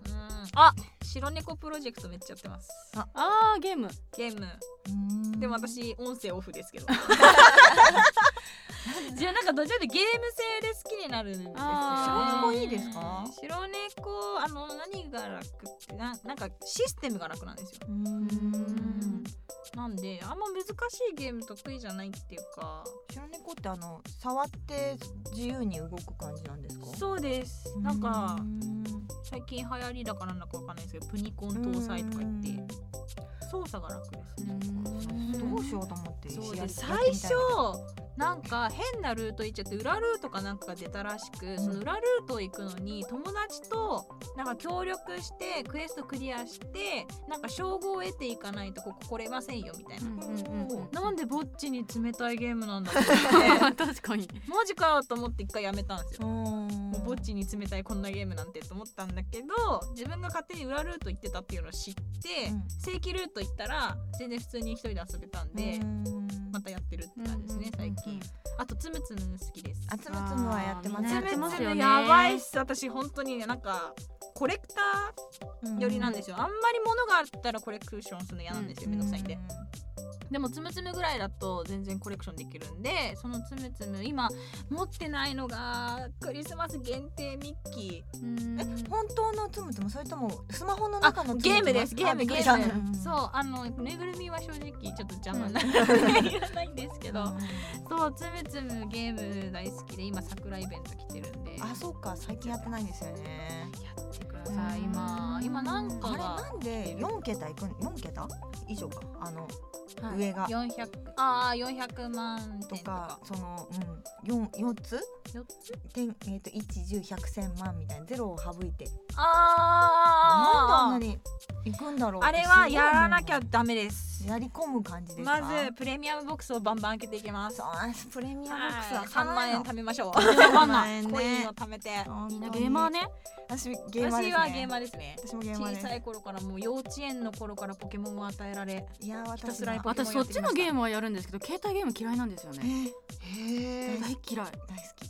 Speaker 1: ううーんあ白猫プロジェクトめっちゃやってます
Speaker 3: あーゲーム
Speaker 1: ゲーム
Speaker 2: うん
Speaker 1: でも私音声オフです けどじゃあなんかどちらかというとゲーム性で好きになるんですよね
Speaker 3: あ
Speaker 2: ー白猫いいですか
Speaker 1: 白猫あの何が楽ってななんかシステムが楽なんですよ
Speaker 2: うん
Speaker 1: なんであんま難しいゲーム得意じゃないっていうか
Speaker 2: 白猫ってあの触って自由に動く感じなんですか
Speaker 1: そうです
Speaker 2: う
Speaker 1: なんか
Speaker 2: うん
Speaker 1: 最近流行りだからなんだかわかんないですけどプニコン搭載とか言って操作が楽ですね
Speaker 2: どうしようと思って
Speaker 1: そうで
Speaker 2: やり
Speaker 1: す
Speaker 2: やっ
Speaker 1: 最
Speaker 2: てみた
Speaker 1: 初
Speaker 2: いな
Speaker 1: なんか変なルート行っちゃって裏ルートかなんかが出たらしくその裏ルート行くのに友達となんか協力してクエストクリアしてなんか称号を得ていかないとここ来れませんよみたいな。なんでぼっちに冷たいゲームなんだろうって
Speaker 3: 確かに
Speaker 1: マジかよと思って一回やめたんですよ。
Speaker 2: うん
Speaker 1: もうぼっちに冷たいこんなゲームなんてと思ったんだけど自分が勝手に裏ルート行ってたっていうのを知って、
Speaker 2: うん
Speaker 1: 正規ルート行ったら全然普通に一人で遊べたんで、
Speaker 2: うん
Speaker 1: またやってるって感じですね最近、あとつむつむ好きです
Speaker 2: あつむつむはやってま
Speaker 3: あ
Speaker 2: す
Speaker 3: ーみんなやってますよね
Speaker 1: やばいっす私本当になんかコレクター寄りなんですすよあんまり物があったらコレクションするの嫌なんですよめんどくさいんででもつむつむぐらいだと全然コレクションできるんでそのつむつむ今持ってないのがクリスマス限定ミッキー
Speaker 3: うん
Speaker 2: 本当のつむつむそれともスマホの中のつむつむ
Speaker 1: ゲームですゲー
Speaker 2: あ
Speaker 1: ム
Speaker 2: びっ
Speaker 1: ゲ
Speaker 2: くりした
Speaker 1: ーム
Speaker 2: うん
Speaker 1: そうあのぬいぐるみは正直ちょっと邪魔なのでいら ないんですけどそうつむつむゲーム大好きで今桜イベント来てるんで
Speaker 2: あそうか最近やってないんですよね
Speaker 1: やってください今今なんか
Speaker 2: あれ
Speaker 1: が
Speaker 2: なんで4桁いくん4桁以上かあの上が
Speaker 1: 400ああ400万
Speaker 2: と
Speaker 1: 点と
Speaker 2: か
Speaker 1: か
Speaker 2: そのうん 4, 四つ
Speaker 1: 4つ
Speaker 2: 点えっ、と1101000万みたいなゼロを省いて
Speaker 1: あ
Speaker 2: なんであん
Speaker 1: ー
Speaker 2: なにいくんだろう
Speaker 1: あれはやらなきゃ
Speaker 2: す
Speaker 1: ダメです
Speaker 2: ごいもうやり込む感じですか
Speaker 1: まずプレミアムボックスをバンバン開けていきます
Speaker 2: そうなんですプレミアムボックスは
Speaker 1: はい3万円
Speaker 2: 買
Speaker 1: 貯めましょう
Speaker 2: わ
Speaker 1: 3
Speaker 2: ない
Speaker 1: 万 コインを貯めて
Speaker 2: わないね
Speaker 3: みんなゲーマーね
Speaker 2: 私ゲーマーです、ね、
Speaker 1: 私はゲーマーですね
Speaker 2: 私もゲーマ
Speaker 1: 小
Speaker 2: ーです
Speaker 1: さい頃からもう幼稚園の頃からポケモンを与えられ
Speaker 2: いや私
Speaker 1: ひたすらに
Speaker 2: も
Speaker 1: ポケモン
Speaker 3: 私そっちのゲームはやるんですけど携帯ゲーム嫌いなんですよ
Speaker 2: え
Speaker 3: ね
Speaker 2: ーえー
Speaker 3: 大嫌
Speaker 2: 大
Speaker 3: い
Speaker 2: 好き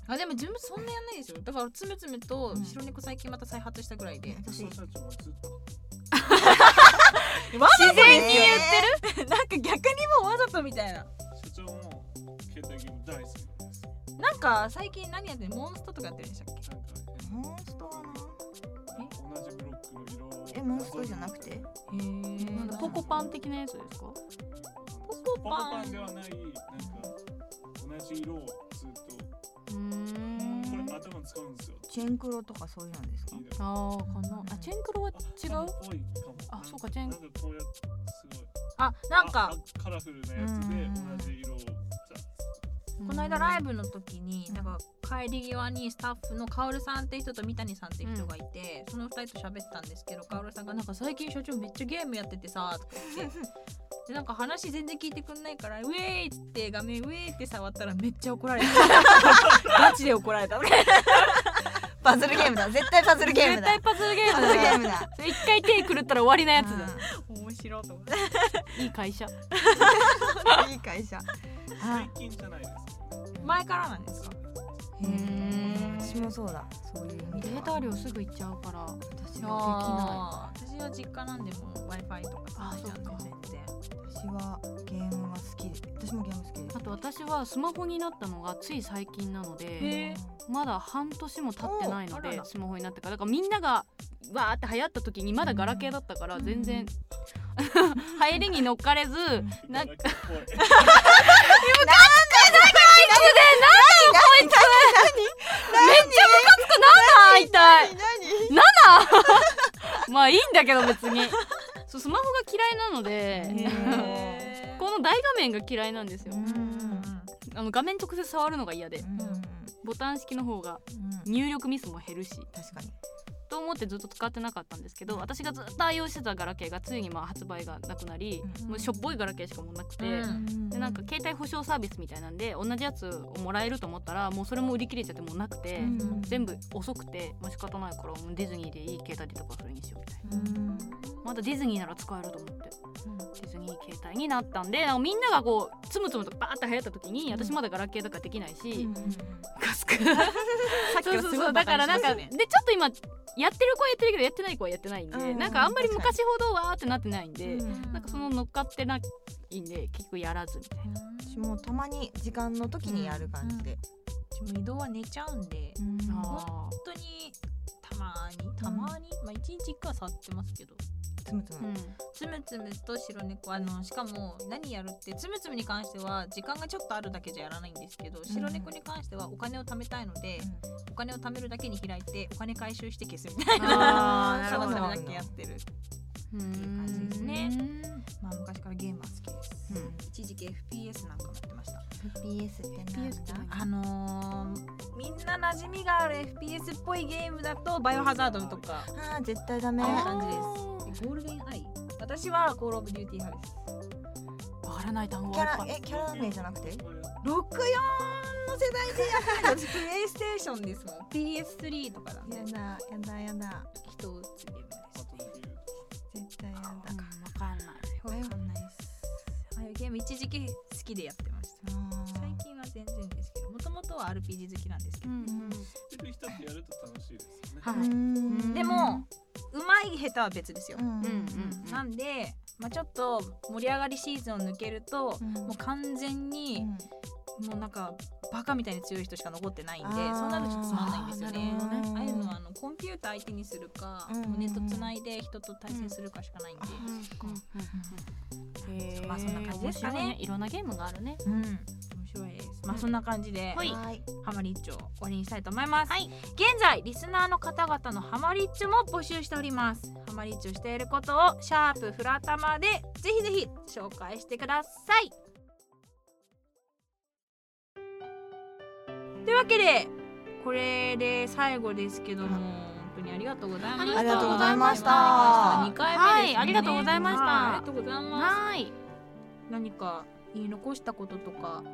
Speaker 1: あでも自分そんなやんないですよだからつむつむと白猫最近また再発したぐらいで、
Speaker 2: 私
Speaker 5: 私たちもずっと
Speaker 1: わざと
Speaker 2: 然に言
Speaker 1: ってる なんか逆にもうわざとみたいな
Speaker 5: 社長も携帯ゲーム大好きなんですよ
Speaker 1: なんか最近何やってるモンストとかやってるんでしたっけ
Speaker 5: な
Speaker 2: モ
Speaker 5: んか変
Speaker 2: ンストはな
Speaker 5: な同じブロックの色を
Speaker 2: えモンストじゃなくて
Speaker 3: なんだポコパン的なやつですか
Speaker 5: ポ
Speaker 1: コパン
Speaker 5: ポコパンではないなんか同じ色をずっと
Speaker 3: うー
Speaker 5: これ
Speaker 3: ん
Speaker 5: 頭使うんですよ
Speaker 2: チェンクロとかそういうのですか
Speaker 5: いいだろ
Speaker 3: あーかなあチェンクロは違
Speaker 5: あ
Speaker 3: う
Speaker 5: 多いかも
Speaker 3: あそうかチェン
Speaker 5: なんかこうやってすごい
Speaker 1: あなんか
Speaker 5: あカラフルなやつで同じ色をじ
Speaker 1: この間ライ
Speaker 3: ブ
Speaker 1: ブの時になんか帰り際にスタッフのカオルさんって人と三谷さんって人がいて、その二人と喋ってたんですけどカオルさんが「なんか最近所長めっちゃゲームやっててさ」とか言 ってでなんか話全然聞いてくんないから「ウェーイ!」っつって画面ウェーイって触ったらめっちゃ怒られた ガチで怒られた
Speaker 2: パズルゲームだ絶対パズルゲーム
Speaker 3: 絶
Speaker 2: だ
Speaker 3: 対パズルゲーム
Speaker 2: パズルゲー
Speaker 3: だね
Speaker 2: ムだ
Speaker 3: それ一回手狂ったら終わりなやつだ
Speaker 1: 面白いと思って
Speaker 3: いい会社
Speaker 2: うんいい会社
Speaker 5: ゃ
Speaker 2: あ
Speaker 5: ん最近じゃないです
Speaker 1: 前からなんですか
Speaker 2: へえ
Speaker 3: うん
Speaker 2: 私もそうだそういう意味
Speaker 3: デ
Speaker 2: で
Speaker 3: ー
Speaker 2: は
Speaker 3: タ量すぐいっちゃうから私は
Speaker 1: あー私は実家なんでも w i f i とか
Speaker 3: あ
Speaker 1: つないじゃうんで
Speaker 3: そ
Speaker 1: 全然
Speaker 2: 私はゲームが好きで私もゲーム好きで
Speaker 3: できないあと私はスマホになったのがつい最近なので
Speaker 1: へえ
Speaker 3: まだ半年も経ってないの
Speaker 1: おあら
Speaker 3: で
Speaker 1: ら
Speaker 3: スマホになってからだからみんながわーって流行った時にまだガラケーだったから全然流行りに乗っかれず
Speaker 5: ね
Speaker 3: な
Speaker 5: なんか怖い
Speaker 3: あー痛い
Speaker 2: 何
Speaker 3: まあいいんだけど別にそうスマホが嫌いなので
Speaker 1: へ ー
Speaker 3: この大画面が嫌いなんですよ
Speaker 2: うんうん
Speaker 3: あの画面直接触るのが嫌で
Speaker 2: うんうん
Speaker 3: ボタン式の方が
Speaker 2: うん
Speaker 3: 入力ミスも減るし
Speaker 2: 確かに
Speaker 3: と思ってずっと使ってなかったんですけど私がずっと愛用してたガラケーがついにまあ発売がなくなり
Speaker 1: うん
Speaker 3: もうしょっぽいガラケーしかもうなくて、
Speaker 1: うん
Speaker 3: でなんか携帯保証サービスみたいなんで同じやつをもらえると思ったらもうそれも売り切れちゃってもうなくて、
Speaker 2: うん
Speaker 3: 全部遅くてもう仕方ないからもうディズニーでいい携帯でとかそれにしようみたいな
Speaker 2: うん
Speaker 3: まだディズニーなら使えると思って、ディズニー携帯になったんでなんかみんながこうつむつむとバーって流行った時に私まだガラケーとかできないし、 ガスク
Speaker 1: さっき
Speaker 3: そう
Speaker 1: は
Speaker 3: そ
Speaker 1: すご
Speaker 3: うそう
Speaker 1: い
Speaker 3: だ
Speaker 1: バ
Speaker 3: か
Speaker 1: カに
Speaker 3: ら
Speaker 1: し
Speaker 3: な
Speaker 1: ま
Speaker 3: ん
Speaker 1: し
Speaker 3: か
Speaker 1: た
Speaker 3: で
Speaker 1: ね
Speaker 3: ちょっと今やってる子はやってるけどやってない子はやってないんで、
Speaker 2: うん
Speaker 3: なんかあんまり
Speaker 2: 確かに
Speaker 3: 昔ほどわーってなってないんで、
Speaker 2: うん
Speaker 3: なんかその乗っかってないんで結局やらずみたいな。
Speaker 2: 私もたまに時間の時にやる感じで
Speaker 1: でも移動は寝ちゃうんで
Speaker 2: あ
Speaker 3: あ
Speaker 1: 本当にたまーにたまーに、まあ一日一回は触ってますけど
Speaker 2: つむつ
Speaker 3: ーう
Speaker 2: む
Speaker 3: ん
Speaker 1: つむつむと白猫あのしかも何やるってつむつむに関しては時間がちょっとあるだけじゃやらないんですけど白猫に関してはお金を貯めたいので、お金を貯めるだけに開いてお金回収して消すみたいな
Speaker 3: あーな
Speaker 1: そ
Speaker 3: る
Speaker 1: の
Speaker 3: ほど
Speaker 1: ためだけやってる
Speaker 3: うん
Speaker 1: っていう感じですね
Speaker 3: うん
Speaker 1: まあ昔からゲームは好きです、
Speaker 3: うん
Speaker 1: 一時期 FPS なんかもやってました
Speaker 2: FPS ってなん
Speaker 3: FPS って
Speaker 2: だ
Speaker 3: 何
Speaker 1: あのー、みんな馴染みがある FPS っぽいゲームだとバイオハザードとか
Speaker 2: ああ絶対ダメ
Speaker 1: あ
Speaker 2: あ
Speaker 1: ー感じですゴールデンアイ私はコールオブデューティー派です
Speaker 3: わからない単語
Speaker 2: キャ
Speaker 3: は
Speaker 2: ラえキャラ名じゃなくて
Speaker 1: 64の世代でやらないのプレイステーションですもん PS3 とかなんで
Speaker 2: だやだやだ
Speaker 1: 人を打つゲームです
Speaker 2: 絶対やだ
Speaker 3: うんわかんない。
Speaker 1: わかんないですああいうゲーム一時期好きでやってました最近は全然ですけどもともとは RPG 好きなんですけど
Speaker 3: うん
Speaker 5: 一人一人やると楽しいですよね
Speaker 3: は
Speaker 2: う
Speaker 3: い。
Speaker 2: ん
Speaker 1: でもうまい下手は別ですよ
Speaker 2: う、ん
Speaker 3: うんうん
Speaker 1: なんで、まあ、ちょっと盛り上がりシーズンを抜けると、
Speaker 2: うん
Speaker 1: もう完全に、もうなんかバカみたいに強い人しか残ってないんで
Speaker 2: あー
Speaker 1: そんなのちょっとつまんないんですよね
Speaker 2: なるほどね
Speaker 1: ああいうのはあのコンピューター相手にするか、
Speaker 2: うん
Speaker 1: ネットつないで人と対戦するかしかないんで、
Speaker 3: へー
Speaker 1: まあそんな感じですかね
Speaker 3: 面白いいろんなゲームがあるね
Speaker 1: うん、面白いです。まあそんな感じで、
Speaker 3: は
Speaker 2: うん
Speaker 3: い
Speaker 2: はい
Speaker 1: ハマリッチョを終わりにしたいと思います。現在リスナーの方々のハマリッチョも募集しております。ハマリッチョしていることをシャープフラタマでぜひぜひ紹介してください。というわけでこれで最後ですけども。本当にありがとうございました。
Speaker 3: ありがとうござい
Speaker 2: ました
Speaker 1: 二回目です、ね。
Speaker 3: はいありがとうございました
Speaker 1: はいありがとうございます。
Speaker 3: はーい
Speaker 1: 何か言い残したこととかあ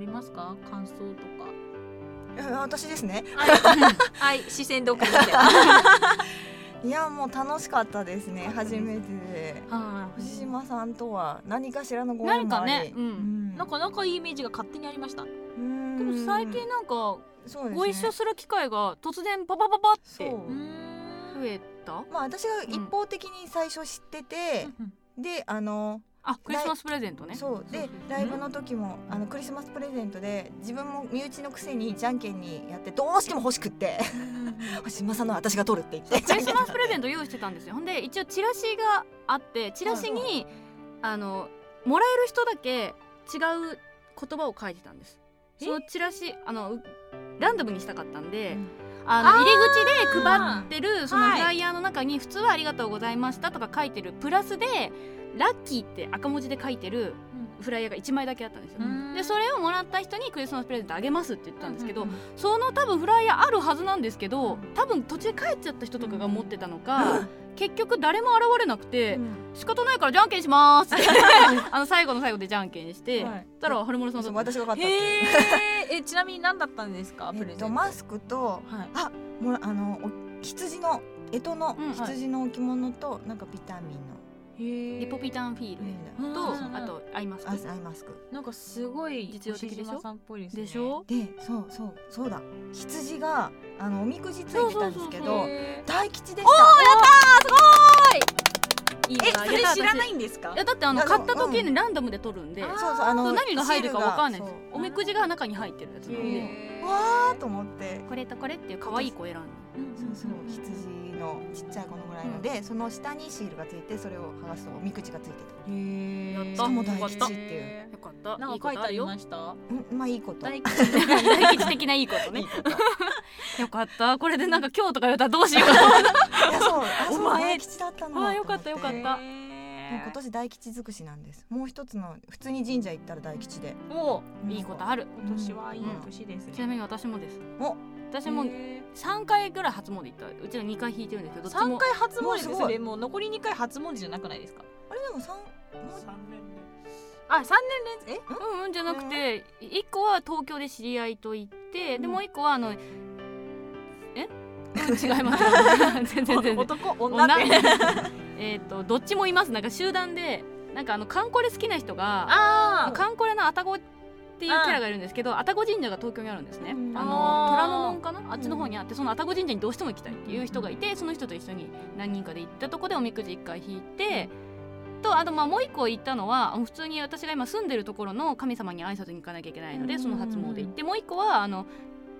Speaker 1: りますか感想とか
Speaker 2: いや私ですね
Speaker 1: はい視線で送ってはい
Speaker 2: やもう楽しかったですね初めてで藤島さんとは何かしらのご縁もあり
Speaker 3: 何かねうん
Speaker 1: いなんか仲いいイメージが勝手にありました
Speaker 2: うん
Speaker 3: でも最近なんか
Speaker 2: そうですね
Speaker 3: ご一緒する機会が突然パパパパっ
Speaker 2: そ
Speaker 3: て
Speaker 2: う
Speaker 3: 増えた
Speaker 2: まあ私が一方的に最初知ってて、であの
Speaker 3: あクリスマスプレゼントね
Speaker 2: そうでライブの時もあのクリスマスプレゼントで自分も身内のくせにじゃんけんにやってどうしても欲しくって 星間さんのは私が取るって言って
Speaker 3: クリスマスプレゼント用意してたんですよほんで一応チラシがあってチラシにあのもらえる人だけ違う言葉を書いてたんです
Speaker 1: え
Speaker 3: そのチラシあのうランダムにしたかったんで、
Speaker 2: うん
Speaker 3: あの入り口で配ってるその
Speaker 1: はい
Speaker 3: フライヤーの中に「普通はありがとうございました」とか書いてるプラスで「ラッキー」って赤文字で書いてるフライヤーが1枚だけあったんですよ
Speaker 1: うん
Speaker 3: でそれをもらった人にクリスマスプレゼントあげますって言ったんですけど、その多分フライヤーあるはずなんですけど多分途中で帰っちゃった人とかが持ってたのか、結局誰も現れなくて、仕方ないからじゃんけんしますってあの最後の最後でじゃんけんして、
Speaker 1: はい
Speaker 3: そしたら春森さん
Speaker 2: そ
Speaker 3: だ
Speaker 2: う
Speaker 3: った
Speaker 2: 私が買ったっていう
Speaker 1: へええちなみに何だったんですかプレ
Speaker 2: えっ
Speaker 1: ゼ
Speaker 2: と
Speaker 1: ント
Speaker 2: マスクと
Speaker 1: はい
Speaker 2: もうあのお羊の干支の
Speaker 3: うんはい
Speaker 2: 羊の置物と、なんかビタミンの
Speaker 3: リポビタンフィール
Speaker 2: うん
Speaker 3: と、
Speaker 1: うん
Speaker 3: あと合います
Speaker 2: アイマスク
Speaker 1: なんかすごい
Speaker 3: 実用的でしょ
Speaker 1: 星島さんっぽいですね
Speaker 3: でしょ
Speaker 2: でそうそうそうだ羊があのおみくじついてたんですけ
Speaker 1: へ
Speaker 2: ど
Speaker 1: ー
Speaker 2: 大吉でした
Speaker 1: いい
Speaker 3: え
Speaker 1: な
Speaker 3: それ知らない
Speaker 1: んですか
Speaker 3: いやだってあの
Speaker 2: あで
Speaker 3: 買
Speaker 2: も
Speaker 3: った時にランダムで取るんで、
Speaker 1: あー
Speaker 2: そうそうあ
Speaker 3: そう
Speaker 2: の
Speaker 3: 何が入るかわかんないんですよ
Speaker 2: 汁が
Speaker 3: おみくじが中に入ってるやつなんで、
Speaker 1: へー
Speaker 2: そうわーと思って
Speaker 3: これとこれっていう可愛い子選んで
Speaker 2: そうそう羊のちっちゃいこのぐらいので、その下にシールがついてそれを剥がすとおみくじがついて
Speaker 1: へえ
Speaker 3: やったしかも
Speaker 2: 大吉っていう
Speaker 1: へ
Speaker 3: よかった
Speaker 1: ーなん
Speaker 3: いい
Speaker 1: か
Speaker 3: こ
Speaker 1: 書いて
Speaker 3: とあ
Speaker 1: あ
Speaker 3: る
Speaker 1: り
Speaker 3: よ
Speaker 1: ました
Speaker 2: たうんまあいいこと
Speaker 1: 大吉
Speaker 3: 大吉的ないいこと
Speaker 2: い
Speaker 3: ね
Speaker 2: いことい
Speaker 3: よかったこれでなんか今日とか言われたらどうしよう
Speaker 2: やそうあそう
Speaker 1: お前
Speaker 2: 大吉だったの
Speaker 3: あーよかった
Speaker 2: と思て
Speaker 3: よかっ
Speaker 2: もう今年大吉尽くしなんですもう一つの普通に神社行ったら大吉で
Speaker 1: お
Speaker 3: いいことある
Speaker 1: 今年はいい年ですね。
Speaker 3: ちなみに私もです
Speaker 2: お
Speaker 3: 私も3回ぐらい初詣行ったうちら2回引いてるんですけどどっち
Speaker 1: 三
Speaker 3: も
Speaker 1: 回初詣です
Speaker 2: もうすご
Speaker 1: ね。
Speaker 2: い
Speaker 1: もう残り二回初詣じゃなくないですか。
Speaker 2: あれでも三
Speaker 5: 三年で
Speaker 1: あ、三年 連続
Speaker 3: うんうんじゃなくて1個は東京で知り合いと行ってでもう1個はあのえ違います全然
Speaker 1: え
Speaker 3: 全然
Speaker 1: 男
Speaker 3: 女
Speaker 1: 女って。
Speaker 3: えっとどっちもいますなんか集団でなんかあのカンコレ好きな人が
Speaker 1: あ
Speaker 3: カンコレのアタゴっていうキャラがいるんですけど、愛宕神社が東京にあるんですね。あ
Speaker 2: うん
Speaker 3: の
Speaker 1: あー
Speaker 3: 虎ノ門かな、あっちの方にあって、その愛宕神社にどうしても行きたいっていう人がいて、その人と一緒に何人かで行ったとこでおみくじ一回引いて。とあとまあもう一個行ったのは普通に私が今住んでるところの神様に挨拶に行かなきゃいけないのでその初詣行ってもう一個はあの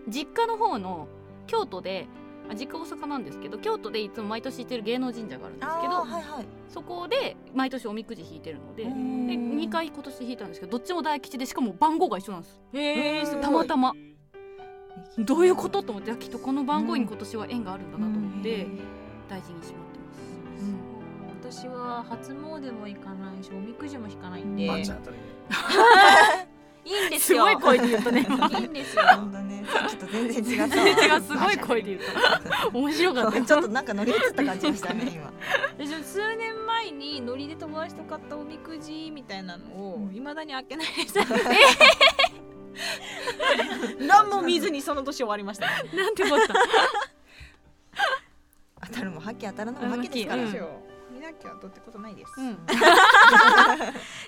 Speaker 3: 実家の方の京都であ実家大阪なんですけど京都でいつも毎年行ってる芸能神社があるんですけ
Speaker 2: あ
Speaker 3: ど
Speaker 2: ーはいはい
Speaker 3: そこで毎年おみくじ引いてるので
Speaker 2: うん
Speaker 3: で2回今年引いたんですけどどっちも大吉でしかも番号が一緒なんです
Speaker 1: ー。へえ。
Speaker 2: すごい
Speaker 3: たまたまどういうことと思ってきっとこの番号に今年は縁があるんだなと思って大事にしまってます、
Speaker 1: 私は初詣も行かないし、おみくじも引かないんで。い
Speaker 5: ばあちゃんあたり
Speaker 1: いんです
Speaker 3: す
Speaker 1: よ。
Speaker 3: ごい声で言ったね今
Speaker 1: いいんですよ。
Speaker 2: 本当ねさっきと全然違ったわ
Speaker 3: 全 然違うすごい声で言った面白かったよ
Speaker 2: ちょっとなんか乗り移った感じがしたね 今
Speaker 1: でちょ数年前にノリで友達と買ったおみくじみたいなのをいまだに開けない です。何も見ずにその年終わり ました。
Speaker 3: なんて思った
Speaker 2: 当たるもハッキ当たらないもハッキですから
Speaker 3: うん
Speaker 2: そう
Speaker 1: 見なきはどうってことないです、
Speaker 7: うん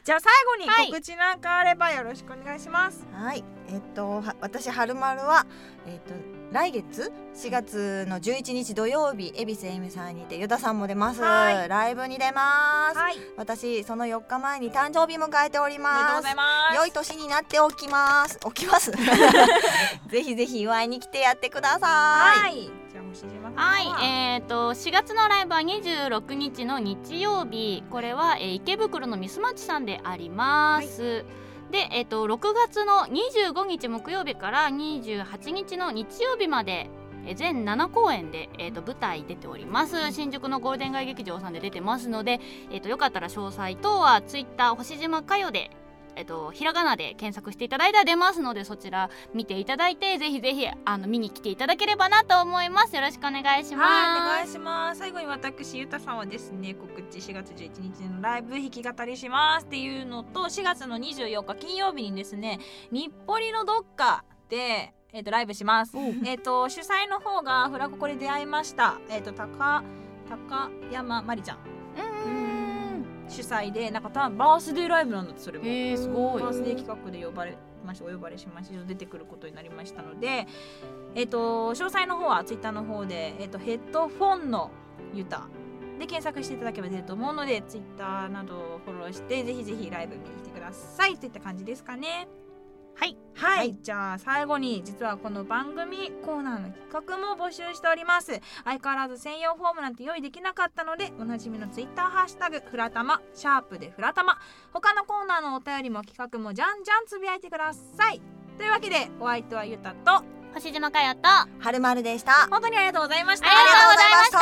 Speaker 1: じゃあ最後に告知なんかあればよろしくお願いします、
Speaker 2: はい、えっとは私はるまるはえっと来月4月の11日土曜日恵比寿恵美さんにてユダさんも出ます。
Speaker 1: は
Speaker 2: ライブに出ます。
Speaker 1: はい、おめで
Speaker 2: 私その4日前に誕生日迎えており
Speaker 1: とう
Speaker 2: ま
Speaker 1: ご
Speaker 2: す
Speaker 1: ざい。ます
Speaker 2: 良い年になっておきます。お きます。ぜひぜひ祝いに来てやってください。
Speaker 1: はいじゃあ星島君
Speaker 3: はい、えっ、と4月のライブは26日の日曜日これは、えー池袋のミスマッチさんであります、で、えー、と6月の25日木曜日から28日の日曜日までえー全7公演で、えー、と舞台出ております新宿のゴールデン街劇場さんで出てますので、えー、とよかったら詳細等はツイッター星島かよで、えー、とひらがなで検索していただいたら出ますのでそちら見ていただいてぜひぜひあの見に来ていただければなと思いますよろしくお願いします
Speaker 1: はい、お願いします。最後に私、ゆたさんはですね、告知4月11日のライブ弾き語りしますっていうのと、4月の24日金曜日にですね、日暮里のどっかで、えっ、と、ライブします。えっと、主催の方がフラココで出会いました。えっ、と、高、高山まりちゃん主催で、なんか多分バースデーライブなんだって、それも。
Speaker 7: えー、すごい
Speaker 1: バースデー企画で呼ばれましたお呼ばれしまして出てくることになりましたので、えっと詳細の方はツイッターの方で、えっとヘッドフォンのユタで検索していただければ出ると思うのでツイッターなどをフォローしてぜひぜひライブ見に来てくださいといった感じですかね。
Speaker 3: はい、
Speaker 1: はい、じゃあ最後に実はこの番組コーナーの企画も募集しております相変わらず専用フォームなんて用意できなかったのでおなじみのツイッターハッシュタグフラタマシャープでフラタマ他のコーナーのお便りも企画もじゃんじゃんつぶやいてくださいというわけでお相手はゆたと
Speaker 3: 星島かよとありがとう
Speaker 2: はるまるでした。あり
Speaker 1: 本当にありがとうございました
Speaker 3: ございました